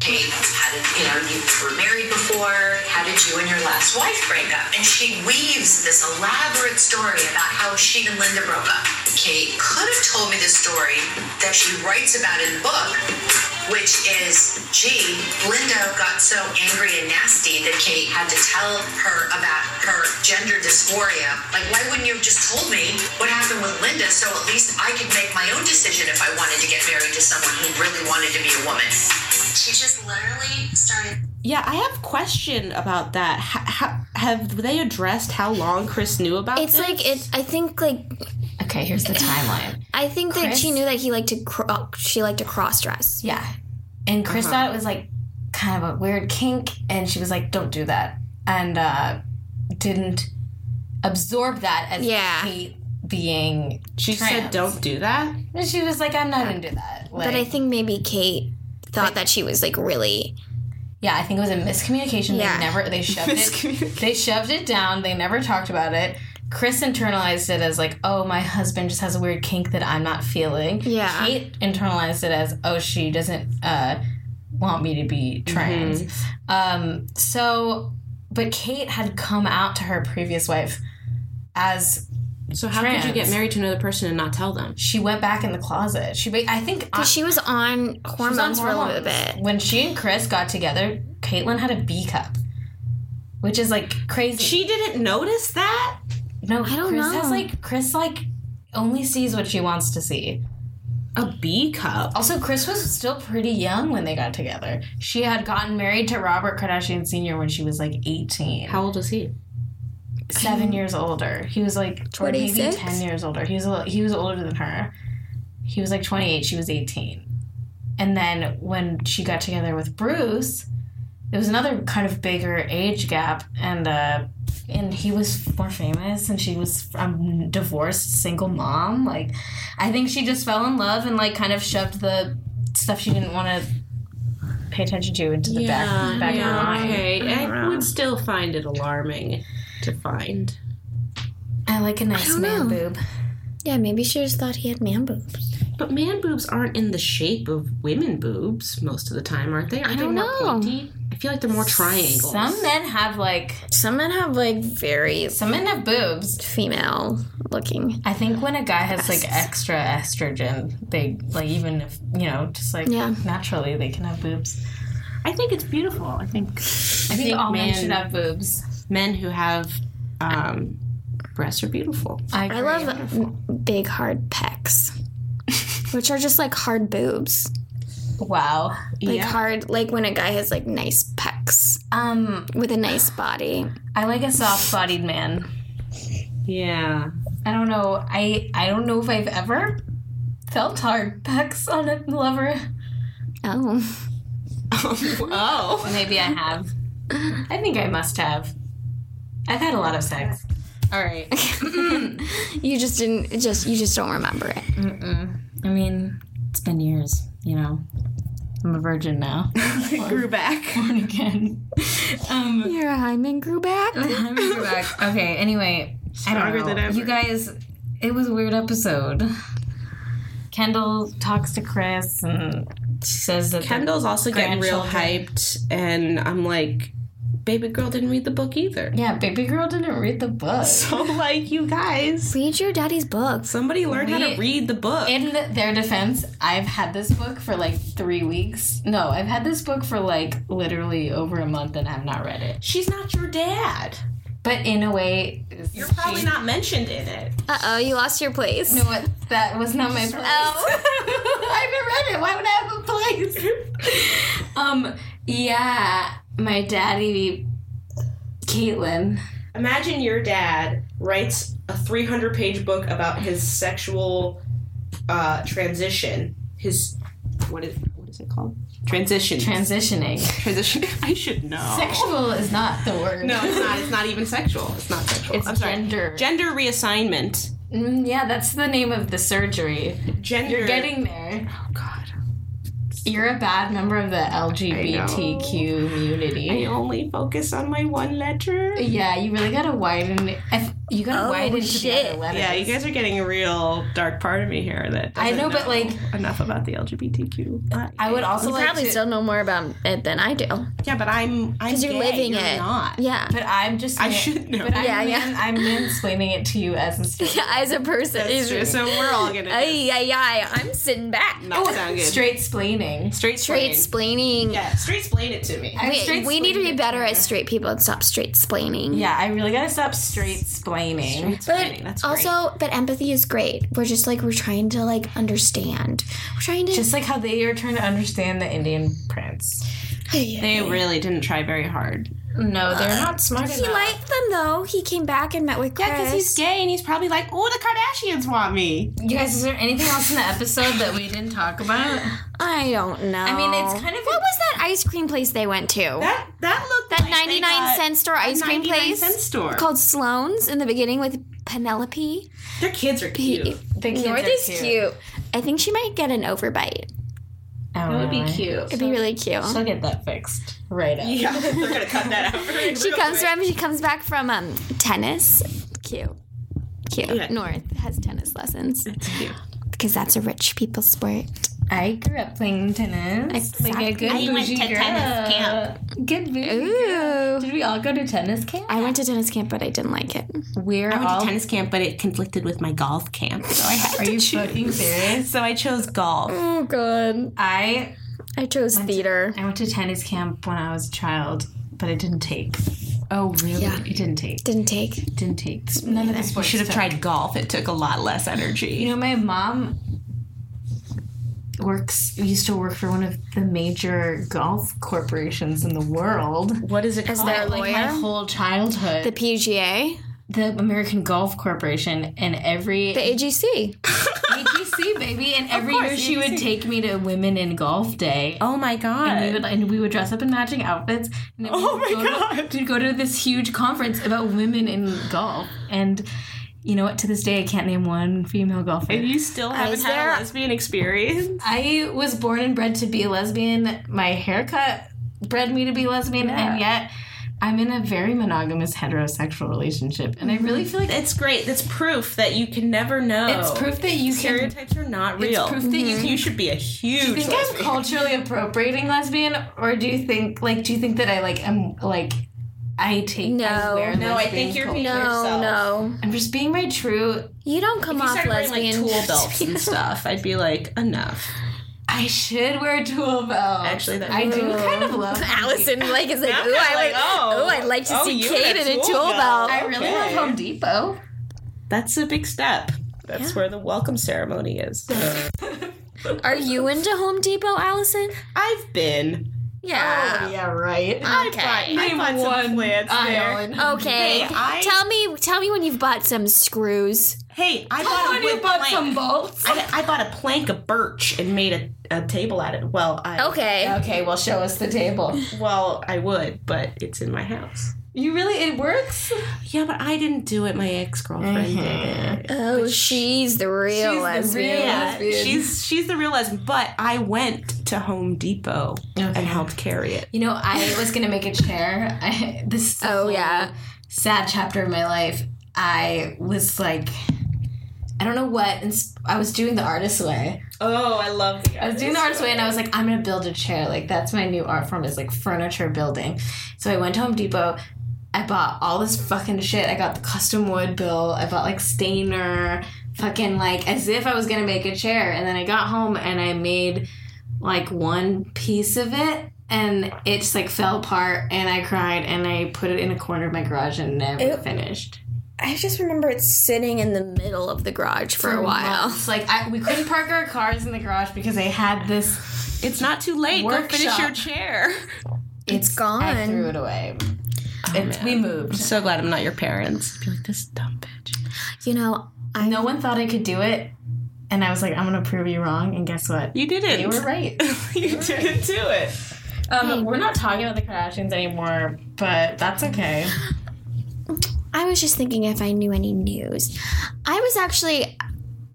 H: Hey, how did you know you were married before? How did you and your last wife break up? And she weaves this elaborate story about how she and Linda broke up. Kate could have told me the story that she writes about in the book, which is, gee, Linda got so angry and nasty that Kate had to tell her about her gender dysphoria. Like, why wouldn't you have just told me what happened with Linda so at least I could make my own decision if I wanted to get married to someone who really wanted to be a woman? She just literally started
I: Yeah, I have question about that. Ha- ha- have they addressed how long Chris knew about
D: It's
I: this?
D: like it. I think like
E: Okay, here's the timeline.
D: I think that she knew that he liked to cro- she liked to cross dress.
E: Yeah. And Chris
D: Uh-huh.
E: thought it was like kind of a weird kink, and she was like, don't do that. And uh, didn't absorb that as
D: Yeah.
E: Kate being.
I: she said,
E: trans.
I: "Don't do that."
E: And she was like, I'm not into that. Like,
D: But I think maybe Kate thought that she was like really
E: yeah, I think it was a miscommunication.
D: Yeah.
E: They never, they shoved it. They shoved it down. They never talked about it. Chris internalized it as like, oh, my husband just has a weird kink that I'm not feeling.
D: Yeah.
E: Kate internalized it as, oh, she doesn't uh, want me to be trans.
D: Mm-hmm.
E: Um, so, but Kate had come out to her previous wife as
I: So how
E: Trans.
I: could you get married to another person and not tell them?
E: she went back in the closet. She, ba- I think,
D: because she was on
E: was on
D: hormones for a little
E: hormones.
D: bit.
E: When she and Chris got together, Caitlyn had a B cup, which is like crazy.
I: She didn't notice that.
E: no, I
D: don't
E: Chris
D: know.
E: Has like Chris like only sees what she wants to see.
I: A B cup.
E: Also, Chris was still pretty young when they got together. She had gotten married to Robert Kardashian Sr. when she was like 18.
I: How old is he?
E: seven years older. He was like or maybe
D: 26?
E: ten years older. He was a, he was older than her. He was like twenty eight. She was eighteen. And then when she got together with Bruce, there was another kind of bigger age gap, and uh, and he was more famous, and she was um, divorced, single mom. Like, I think she just fell in love and like kind of shoved the stuff she didn't want to pay attention to into the back back of her mind.
I: Okay, I would still find it alarming to find.
E: I like a nice
D: don't
E: man
D: know.
E: boob.
D: Yeah, maybe she just thought he had man boobs.
I: But man boobs aren't in the shape of women boobs most of the time, aren't they? Aren't they
D: don't
I: more
D: know.
I: pointy? I feel like they're more triangles.
E: Some men have like
D: Some men have like very
E: Some men have boobs.
D: female looking.
E: I think when a guy has like extra estrogen, they like even if you know, just like
D: Yeah.
E: naturally they can have boobs.
I: I think it's beautiful. I think
E: I think all men
I: man-
E: should have boobs.
I: men who have um, breasts are beautiful.
D: I love m- big hard pecs, which are just like hard boobs.
E: Wow.
D: Like hard, like when a guy has like nice pecs
E: Um,
D: with a nice body.
E: I like a soft-bodied man.
I: Yeah.
E: I don't know. I I don't know if I've ever felt hard pecs on a lover.
D: Oh,
J: oh.
E: Maybe I have. I think I must have. I've had a lot of sex. All right.
D: You just didn't. it Just you just don't remember it.
E: I mean, it's been years, you know. I'm a virgin now.
J: Grew back.
E: Born again. Um,
D: You're a Hyman grew back.
E: I remember back. Okay, anyway, I
J: Stronger
E: don't know.
J: than ever.
E: You guys, it was a weird episode. Kendall talks to Chris and she says that they're-
F: Kendall's also getting real hyped, and I'm like, baby girl didn't read the book either.
E: yeah, baby girl didn't read the book.
F: So, like, you guys,
D: Read your daddy's books.
F: somebody learn how to read the book.
E: In their defense, I've had this book for like three weeks. No, I've had this book for like literally over a month and have not read it.
F: She's not your dad.
E: But in a way,
F: You're probably not mentioned in it.
D: Uh oh, you lost your place.
E: You know what? That was not my place. I haven't read it. Why would I have a place? um, yeah, my daddy, Caitlin.
F: Imagine your dad writes a 300 page book about his sexual uh, transition. His, what is, what is it called? Transition.
E: Transitioning.
F: transition. I should know.
E: Sexual is not the word.
F: No, it's not. It's not even sexual. It's not sexual.
E: It's
F: I'm sorry.
E: gender.
F: Gender reassignment.
E: Mm, yeah, that's the name of the surgery.
F: Gender.
E: You're getting there.
F: Oh God.
E: You're a bad member of the LGBTQ
F: I
E: community.
F: only focus on my one letter.
E: Yeah, you really gotta widen. If you gotta
D: Oh,
E: widen to
D: shit.
E: the other letters.
F: Yeah, you guys are getting a real dark part of me here. That
E: I
F: doesn't
E: know, but like,
F: enough about the LGBTQ.
E: I would also like
D: Probably
E: to-
D: still know more about it than I do.
F: yeah, but I'm. I'm
D: 'Cause you're
F: gay.
D: living
F: You're
D: it.
F: Not.
D: Yeah.
E: But I'm just.
F: I
E: gonna-
F: should know.
E: But
D: Yeah,
E: I'm,
D: yeah.
E: man- I'm mansplaining it to you as a straight.
D: As a person. That's
F: True, So we're all gonna.
D: Ay, ay, ay. I'm sitting back.
F: not sound good.
E: Straight splaining.
F: straight.
D: Straight
F: splain.
D: splaining.
F: Yeah, straight. Explain it to me.
E: I'm
D: We,
E: straight
D: we need to be
E: splaining.
D: better as straight people and stop straight splaining.
E: Yeah, I really gotta stop straight splaining.
D: But also, but empathy is great. We're just like we're trying to like understand. We're trying to
E: Just like how they are trying to understand the Indian prince.
F: They really didn't try very hard.
E: No, they're not smart
D: He liked them though. He came back and met with Chris.
F: Because he's gay and he's probably like, oh, the Kardashians want me.
E: You guys, is there anything else in the episode that we didn't talk about?
D: I don't know.
E: I mean, it's kind of
D: What was that ice cream place they went to?
F: That that looked
D: That
F: like
D: 99
F: they got
D: cent store ice cream
F: 99
D: place
F: cent store.
D: called Sloan's in the beginning with Penelope.
F: Their kids are cute.
E: the kids
D: North
E: are
D: is cute. I think she might get an overbite.
E: Oh,
F: That would be cute.
D: It'd be really cute.
E: She'll get that fixed right up.
F: Yeah, we're gonna cut that out.
D: She comes from she comes back from um tennis. Cute. Cute. North has tennis lessons. Because that's a rich people sport.
E: I grew up playing tennis. Like a good
D: Exactly.
E: I went to tennis camp. Good bougie girl. Did we all go to tennis camp?
D: I went to tennis camp, but I didn't like it.
E: We're all.
F: tennis camp, but it conflicted with my golf camp, so I had Mm.
E: Are you fucking serious?
F: So I chose golf.
D: Oh god.
E: I
D: I chose theater.
E: I went to tennis camp when I was a child, but it didn't take. Oh really? It didn't take.
D: Didn't take.
E: It didn't take. None of the sports.
F: Should have tried golf. It took a lot less energy.
E: You know, my mom works used to work for one of the major golf corporations in the world.
F: what is it called?
D: Their
E: Like my
D: lawyer.
E: whole childhood.
D: The PGA.
E: the American Golf Corporation and every
D: The AGC.
E: AGC baby and every year she would take me to Women in Golf Day.
F: oh my
E: And we
F: god!
E: would and we would dress up in matching outfits. And then we
F: Oh
E: would
F: my
E: go
F: God.
E: To, to go to this huge conference about women in golf. And you know what? To this day, I can't name one female golfer.
F: you still haven't
D: Is
F: had
D: there-
F: a lesbian experience.
E: I was born and bred to be a lesbian. My haircut bred me to be lesbian, and yet I'm in a very monogamous heterosexual relationship. And I really feel like
F: It's great. That's proof that you can never know.
E: it's proof that you can
F: Oh. stereotypes are not real. Mm-hmm.
E: proof that you can-
F: You should be a huge.
E: Do you think
F: lesbian.
E: I'm culturally appropriating lesbian, or do you think like do you think that I like am like I take I
D: No.
E: wear
F: No, I
E: lesbian
F: think you're
E: clothes?
F: being
D: No,
F: yourself.
D: no.
E: I'm just being my true.
D: You don't come
F: Oh. If you
D: off
F: started wearing like
D: lesbian.
F: tool belts and stuff, I'd be like, enough.
E: I should wear tulle belts.
F: Actually, that-
E: I do kind of love.
D: Allison like is like,
F: I'm
D: ooh, I
F: kinda like,
D: would,
F: oh,
D: oh, I'd like to
F: oh,
D: see
F: you
D: Kate
F: had
D: in a
F: tool
D: tool
F: belt.
D: belt.
E: I really love Home Depot.
F: That's a big step. That's where the welcome ceremony is.
D: Are you into Home Depot, Allison?
F: I've been.
K: Yeah.
F: Yeah, right.
K: okay.
F: Name one plants there.
K: Okay.
F: Mm-hmm. Hey, I-
D: Tell me, tell me when you've bought some screws.
F: Hey, I bought a wood plank.
K: bolts.
F: I, I bought a plank of birch and made a, a table out of it. Well, I
K: Okay.
E: Okay, well, show us the table.
D: Oh.
F: well I would, but it's in my house.
E: You really, it works?
F: Yeah, but I didn't do it. My ex girlfriend did it.
D: Oh, she's the real lesbian.
F: Yeah, she's she's the real lesbian. But I went to Home Depot and helped carry it.
E: You know, I was gonna make a chair. I, this is a
D: Oh
E: whole
D: yeah.
E: sad chapter of my life. I was like, I don't know what. ins- I was doing the artist way.
F: Oh, I love the
E: I was doing the artist way, and I was like, I'm gonna build a chair. Like that's my new art form is like furniture building. So I went to Home Depot. I bought all this fucking shit. I got the custom wood bill. I bought like stainer, fucking like as if I was gonna make a chair. And then I got home and I made like one piece of it. And it just like fell apart, and I cried, and I put it in a corner of my garage and never
D: Ew.
E: finished.
D: I just remember it sitting in the middle of the garage for, a while.
E: It's like I, we couldn't park our cars in the garage because I had this.
F: It's not too late. Go finish
E: Workshop.
F: your chair.
D: It's gone.
E: I threw it away. It- we moved.
F: So glad Oh, I'm not your parents. Be like this dumb bitch.
D: You know, I
E: No one thought I could do it, and I was like, I'm gonna prove you wrong. And guess what?
F: You didn't.
E: They were right.
F: you didn't do it.
E: Um, we're not talking about the Kardashians anymore, but that's okay.
D: I was just thinking if I knew any news. I was actually,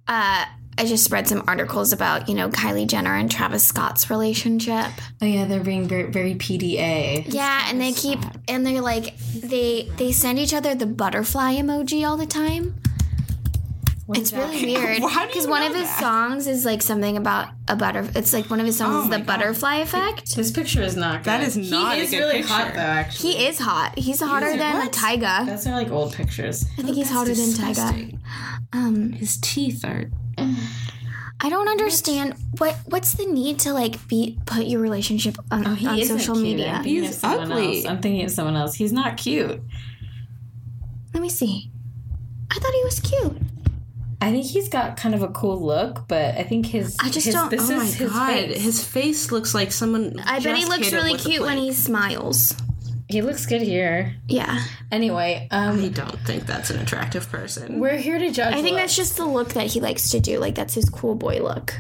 D: uh, I just read some articles about you know Kylie Jenner and Travis Scott's relationship.
E: Oh yeah, they're being very, very PDA.
D: Yeah, and they keep and they're like they they send each other the butterfly emoji all the time. it's really weird because one of his songs is like something about a butter. It's like one of his
F: Oh
D: songs is the butterfly effect.
E: This picture is not. Good.
F: That is not
E: He
F: a
E: is
F: good
E: really
F: picture.
E: hot though. Actually,
D: He is hot. He's hotter than Tyga.
E: that's not like old pictures.
D: I think he's hotter than Tyga. Um,
F: His teeth are.
D: I don't understand what what's the need to like be put your relationship on,
F: Oh,
D: on social media.
E: He's
F: ugly.
E: I'm thinking of someone else. He's not cute.
D: Let me see. I thought he was cute.
E: I think he's got kind of a cool look, but I think his
D: I just
E: his-
D: don't-
E: This
D: oh
E: is
D: my
E: his
F: God,
E: face.
F: his face looks like someone.
D: I bet he
F: just
D: looks
F: hit him
D: really
F: with a
D: cute when
F: plank.
D: he smiles.
E: he looks good here.
D: Yeah,
E: Anyway,
F: I
E: um,
F: don't think that's an attractive person.
E: we're here to judge.
D: I think that's just the look that he likes to do. Like that's his cool boy look.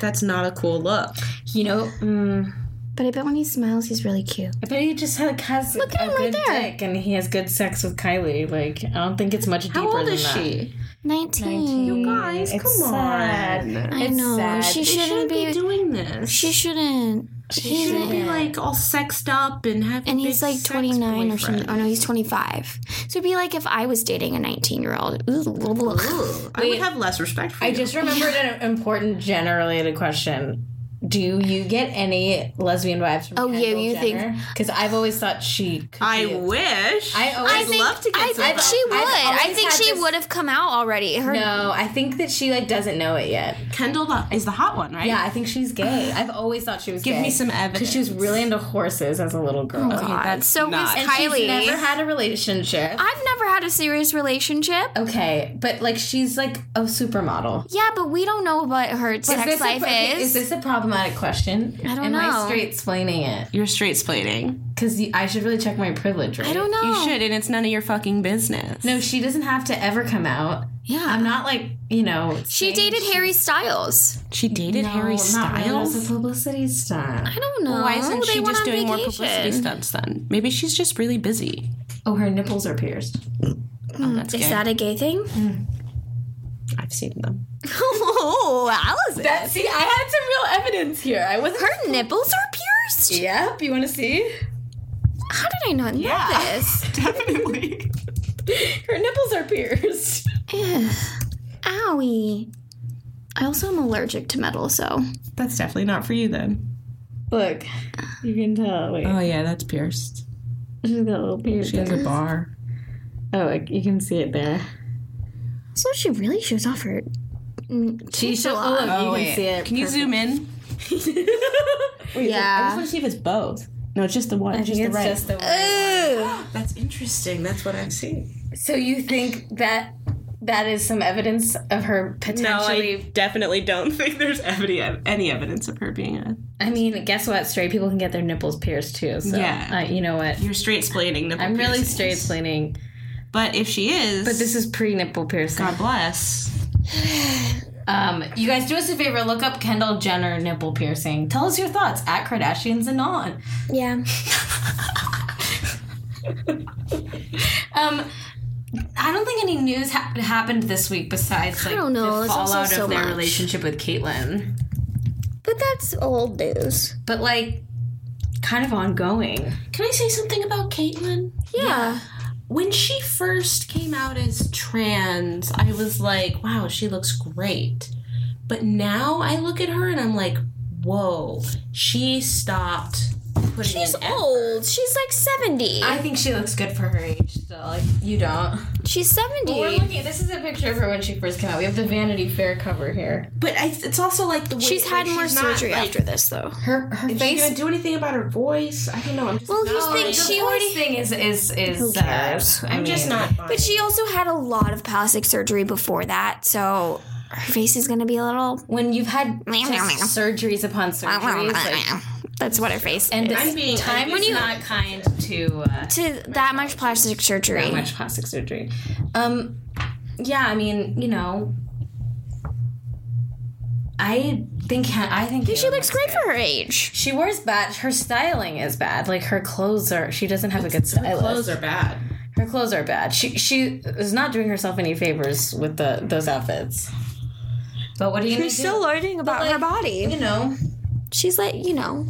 F: That's not a cool look.
E: you know. Mm,
D: But I bet when he smiles, he's really cute.
E: I bet he just ha- has
D: Look at
E: a
D: him right
E: good
D: there.
E: dick, and he has good sex with Kylie. Like I don't think it's much deeper.
F: How old
E: than
F: is
E: that.
F: she?
D: Nineteen.
F: Guys,
E: It's
F: come on.
E: sad.
D: I know
E: sad.
D: she
E: It
D: shouldn't be.
F: doing this.
D: she shouldn't.
F: She should be like all sexed up and have.
D: And
F: a
D: he's
F: big
D: like
F: sex
D: 29 or something.
F: boyfriend.
D: Oh no, he's 25. So it'd be like if I was dating a 19 year old.
F: Ooh, I would have less respect for
E: I
F: you.
E: just remembered an important Jenner related question. Do you get any lesbian vibes from
D: Oh, yeah,
E: Kendall
D: you think-
E: Jenner? Because I've always thought she could
F: I
E: be a-
F: wish.
E: I always
F: I'd love to get
D: I
F: some
D: think
F: of
D: she would.
E: I've
D: I
E: always
D: think
E: had
D: she
E: this-
D: would have come out already. Her
E: No, I think that she like doesn't know it yet.
F: that. Kendall the- is the hot one, right?
E: Yeah, I think she's gay. I've always thought she was
F: Give
E: gay.
F: me some evidence.
E: Because she was really into horses as a little girl.
D: God. so was
F: not-
E: And
D: Oh, Kylie.
E: she's never had a relationship.
D: I've never had a serious relationship.
E: okay, but like she's like a supermodel.
D: Yeah, but we don't know what her
E: this
D: sex
E: a
D: life
E: pro- okay,
D: is.
E: Is this a problematic question?
D: I don't
E: Am
D: know.
E: I straight explaining it?
F: You're straight splaining.
E: Because I should really check my privilege. Right?
D: I don't know.
F: You should, and it's none of your fucking business.
E: No, she doesn't have to ever come out.
D: Yeah.
E: I'm not like you know. oh,
D: she dated Harry Styles.
F: she dated Harry Styles. Oh,
E: It's a publicity stunt.
D: I don't know.
F: Why isn't
D: They
F: she
D: went
F: just
D: on
F: doing more publicity
D: vacation.
F: stunts then? Maybe she's just really busy.
E: Oh, her nipples are pierced.
F: That's
D: Is
F: gay.
D: that a gay thing?
F: I've seen them.
D: oh, Allison.
E: That Uh, see, I had some real evidence here. I wasn't.
D: her nipples are pierced?
E: Yep. You want to see?
D: How did I not know this?
F: Definitely.
E: Her nipples are pierced.
D: Ugh. Owie. I also am allergic to metal, so.
F: That's definitely not for you then.
E: Look, you can tell. Wait,
D: Uh,
F: Oh yeah, that's pierced.
E: she's got a little pierced.
F: She has a bar.
E: Oh, like, you can see it there.
D: So she really shows off her. mm,
E: She
D: tits a
E: show.
D: lot.
E: Oh, look, you can see it.
F: Can you zoom in? I just
D: yeah.
F: want to see if it's both. No, it's just the one.
E: I think it's just the
D: Ooh.
F: That's interesting. That's what I've seen.
E: So you Uh, think that that is some evidence of her
F: No, I
E: potentially.
F: definitely don't think there's evidence, any evidence of her being a.
E: I, mean, guess what? Straight people can get their nipples pierced too. So
F: Yeah.
E: uh, you know what?
F: You're straight splaining nipple.
E: I'm really
F: piercings.
E: straight explaining,
F: But if she is,
E: but this is pre nipple piercing.
F: God bless.
E: Um, you guys do us a favor. Look up Kendall Jenner nipple piercing. Tell us your thoughts at Kardashians and on.
D: Yeah.
E: Um, I don't think any news hap happened this week besides like
D: don't know.
E: the
D: It's also
E: fallout
D: so
E: of their
D: much.
E: relationship with Caitlyn,
D: But that's old news.
E: but like kind of ongoing.
I: Can I say something about Caitlyn?
D: Yeah.
I: When she first came out as trans, I was like, wow, she looks great. But now I look at her and I'm like, whoa, she stopped putting
D: She's
I: in effort.
D: old. She's like 70.
E: I think she looks good for her age. Still, like you don't.
D: She's 70.
E: We're looking. This is a picture of her when she first came out. We have the Vanity Fair cover here.
I: But I, it's also like the way
D: she's had
I: like,
D: more
I: she's not,
D: surgery
I: like,
D: after this, though.
E: Her her
I: Is she gonna do anything about her voice? I don't know. I'm just
D: Well,
I: not,
D: here's the thing.
E: The
D: She
E: voice
D: already.
E: thing is is is. Who
D: cares?
E: Uh, I
I: I'm
E: mean,
I: just not. Buying.
D: But she also had a lot of plastic surgery before that, so her face is going to be a little.
E: when you've had just surgeries upon surgeries, like,
D: That's what her face
E: and
D: is.
E: it's-
I: being-
E: time
I: I'm
E: is
I: being-
E: not kind to uh,
D: to that much plastic surgery.
E: that much plastic surgery. Um, yeah, I mean, you know, I think I think
D: She looks great for her age.
E: She wears bad. Her styling is bad. Like her clothes are. She doesn't have a good stylist. Her
I: Clothes are bad.
E: Her clothes are bad. She she is not doing herself any favors with the those outfits. But what are you gonna
D: She's still
E: do?
D: learning about her body.
E: You know,
D: She's like, you know,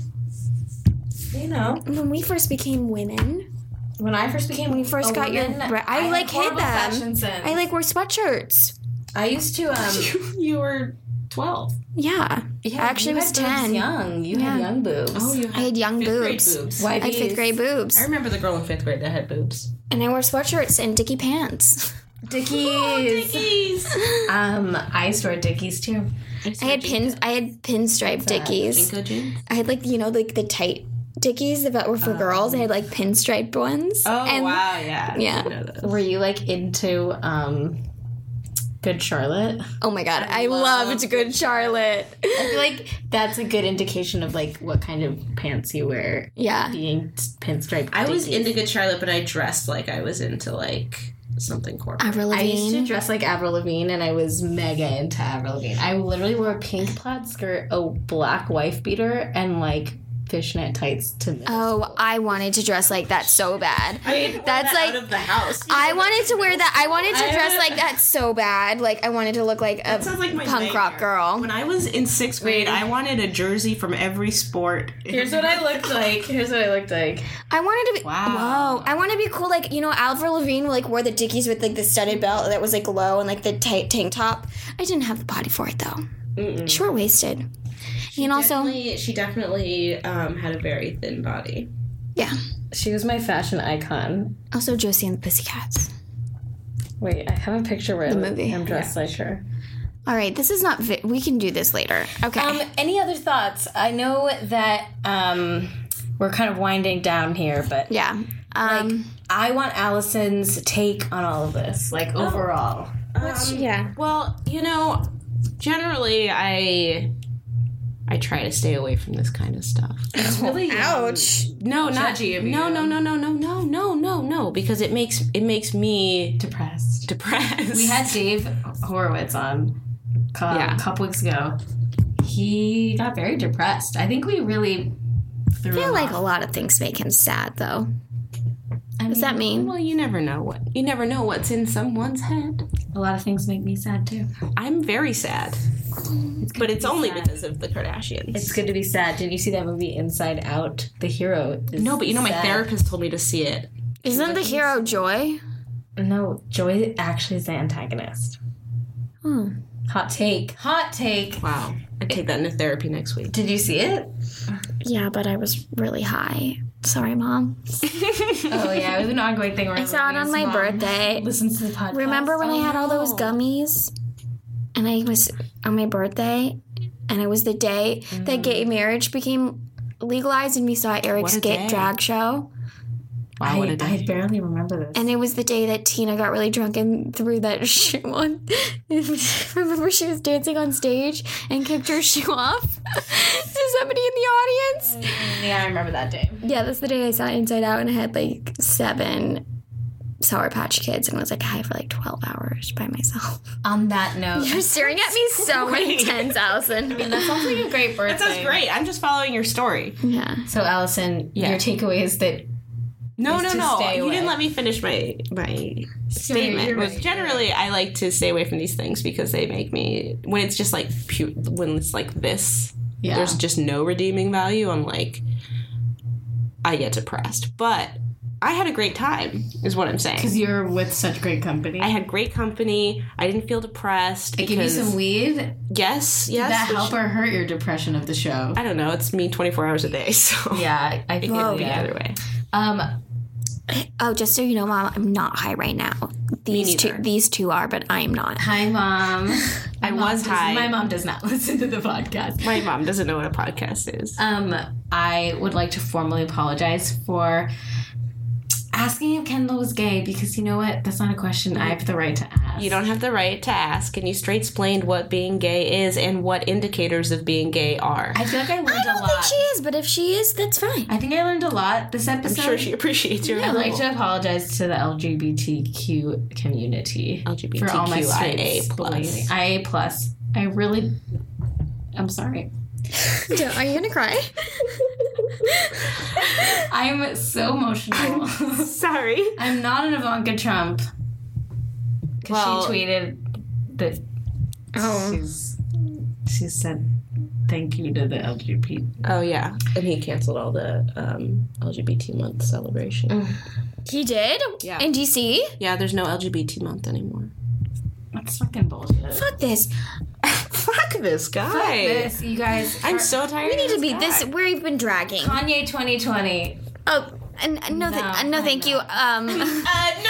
E: you know.
D: when we first became women,
E: When I first became, when
D: you first got your bra- I, like, hid them. I
E: I,
D: like wore sweatshirts.
E: I used to um.
I: You were twelve.
D: Yeah.
E: Yeah,
D: I actually
E: you
D: was 10.
E: had Boobs young. You had
D: Yeah.
E: young boobs.
I: Oh, you had
D: I had young
I: fifth grade
D: boobs.
I: boobs.
E: Why
D: I had fifth grade boobs.
I: I remember the girl in fifth grade that had boobs.
D: And I wore sweatshirts and dicky pants.
E: Dickies. Um, I used to wear Dickies too.
D: I had pins I had pinstripe dickies.
I: Good jeans.
D: I had like you know, like the tight dickies that were
E: Oh.
D: for girls. I had like pinstriped ones.
F: Oh
D: and,
F: wow, yeah.
D: Yeah.
E: Were you like into um, Good Charlotte?
D: Oh my god. I, loved Good Charlotte.
E: I feel like that's a good indication of like what kind of pants you wear.
D: yeah.
E: Being t- pinstripe.
I: I was
E: Dickies.
I: into Good Charlotte, but I dressed like I was into like something corporate.
D: Avril
E: I used to
D: Lavigne.
E: dress like Avril Lavigne, and I was mega into Avril Lavigne. I literally wore a pink plaid skirt, a black wife beater, and like fishnet tights to middle
D: Oh, I wanted to dress like that so bad. That's like
I: out of the house.
D: I wanted to wear that. I wanted to dress like that so bad. Like I wanted to look like a
F: sounds like my
D: punk rock
F: nightmare.
D: girl.
F: When I was in sixth grade, I wanted a jersey from every sport.
E: Here's what I looked like. Here's what I looked like.
D: I wanted to be. Whoa! I wanted to be cool. Like you know, Avril Lavigne like wore the dickies with like the studded belt that was like low and like the tight tank top. I didn't have the body for it though. Short waisted. And also,
I: Definitely- she definitely um, had a very thin body.
D: yeah.
E: She was my fashion icon.
D: Also, Josie and the Pussycats.
E: Wait, I have a picture where I'm-
D: movie.
E: I'm dressed like her.
D: All right, this is not. Vi- we can do this later. Okay.
E: Um, any other thoughts? I know that um, we're kind of winding down here, but
D: yeah. Um.
E: I want Allison's take on all of this, like overall.
D: yeah.
I: Um, Well, you know, generally I I try to stay away from this kind of stuff.
E: Really?
G: Ouch.
I: No, not
E: Judgy of you.
I: No, no, no, no, no, no, no, no, no, because it makes it makes me
E: Depressed.
I: depressed.
E: We had Dave Horowitz on co-
I: Yeah.
E: a couple weeks ago. He got very depressed. I think we really threw
D: I feel
E: him
D: like
E: off.
D: a lot of things make him sad though.
E: I
D: Does
E: mean,
D: that mean?
I: well, you never know what you never know what's in someone's head.
E: a lot of things make me sad too.
I: I'm very sad, but it's only because of the Kardashians.
E: It's good to be sad. Didn't you see that movie Inside Out? The hero. Is
I: no, but you know, my
E: sad.
I: therapist told me to see it.
D: Isn't the hero joy?
E: No, Joy actually is the antagonist.
D: Hmm.
E: Hot take. Hot take.
I: Wow, I take that into therapy next week.
E: Did you see it?
D: Yeah, but I was really high. Sorry, mom.
E: Oh yeah, it was an ongoing thing. Where I
D: Saw it on my birthday.
E: Listen to the podcast.
D: Remember when I had all
I: Oh.
D: those gummies? And I was on my birthday, and it was the day that gay marriage became legalized, and we saw Eric's
I: Mm. a
D: gay
I: day.
D: drag show.
I: Wow, what a day.
E: I barely remember this.
D: And it was the day that Tina got really drunk and threw that shoe on. Remember, she was dancing on stage and kicked her shoe off to somebody in the audience.
E: yeah, I remember that day.
D: Yeah, that's the day I saw Inside Out and I had like seven Sour Patch Kids and was like high for like 12 hours by myself.
E: On that note,
D: You're staring at me so intense, Allison.
E: that sounds like a great birthday.
F: That sounds great. I'm just following your story.
D: yeah.
E: So, Allison, your takeaway is that
F: No,
E: Is
F: no,
E: to
F: no.
E: stay
F: You
E: away.
F: didn't let me finish my my statement.
E: you're
F: was
E: right,
F: generally I like to stay away from these things because they make me when it's just like pu- when it's like this.
E: yeah,
F: There's just no redeeming value. I'm like, I get depressed. But I had a great time, is what I'm saying.
E: you're with such great company.
F: I had great company. I didn't feel depressed.
E: I give you
F: because-
E: some weed
F: Yes, yes.
E: that
F: which-
E: help or hurt your depression of the show.
F: I don't know. It's me 24 hours a day, so
E: Yeah, I
F: it could be either way.
E: Um,
D: Oh, just so you know, Mom, I'm not high right now. These two, these two are, but I'm not.
E: hi, mom.
F: I was high.
E: My mom does not listen to the podcast.
F: My mom doesn't know what a podcast is.
E: Um, I would like to formally apologize for asking if Kendall was gay because you know what? That's not a question I have the right to ask.
F: You don't have the right to ask, and you straight explained what being gay is and what indicators of being gay are.
E: I feel like I learned
D: I
E: a
D: don't think
E: lot.
D: she is, but if she is, that's fine.
E: I think I learned a lot this
F: I'm
E: episode.
F: sure she appreciates your
E: I'd like
F: help.
E: to apologize to the LGBTQ community for all my
F: LGBTQIA+.
E: students believing- IA plus. I really, I'm sorry.
D: Don't- Are you gonna cry?
E: I'm so emotional.
F: Sorry.
E: I'm not an Ivanka Trump because
F: Well-
E: she tweeted that
D: oh.
E: she's she said thank you to the LGBT.
F: Oh yeah, and he canceled all the um, LGBT month celebration.
E: Mm.
D: He did?
F: Yeah.
D: In DC?
F: Yeah, there's no LGBT month anymore.
E: That's fucking bullshit.
D: Fuck this.
F: Fuck this guy.
E: This, you guys.
F: I'm so tired.
D: We need to be this. We've been dragging.
E: Kanye 2020.
D: Oh, and and no, th-
E: No,
D: uh, no,
E: why
D: thank you. Um,
F: Uh, no,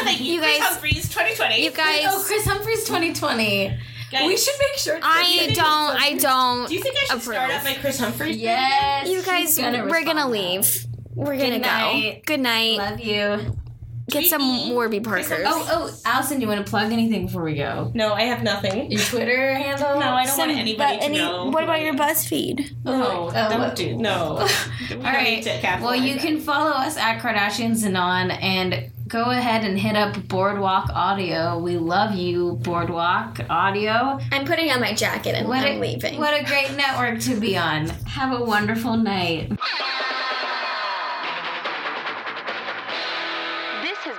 F: thank
D: you guys,
F: Humphreys, 2020.
D: you
E: Oh,
D: guys.
E: Chris Humphries 2020. We should make sure.
D: I don't. I don't.
F: Do you think I should start
D: approve.
F: out my Chris Humphreys?
E: Yes.
D: You guys,
E: she's gonna
D: we're gonna
E: respond.
D: leave. We're gonna
E: Good
D: go.
E: night.
D: Good night.
E: Love you.
D: Get some Warby Parkers.
E: Oh, oh, Allison, do you want to plug anything before we go?
F: No, I have nothing.
E: Your Twitter handle?
F: No, I don't want anybody to
D: any-
F: know.
D: what about your BuzzFeed?
E: Oh,
F: No, don't do no.
E: All right. Well, you can follow us at Kardashian Zanon and go ahead and hit up Boardwalk Audio. We love you, Boardwalk Audio.
D: I'm putting on my jacket and
E: What
D: I'm
E: a,
D: leaving.
E: What a great network to be on. Have a wonderful night.
A: This has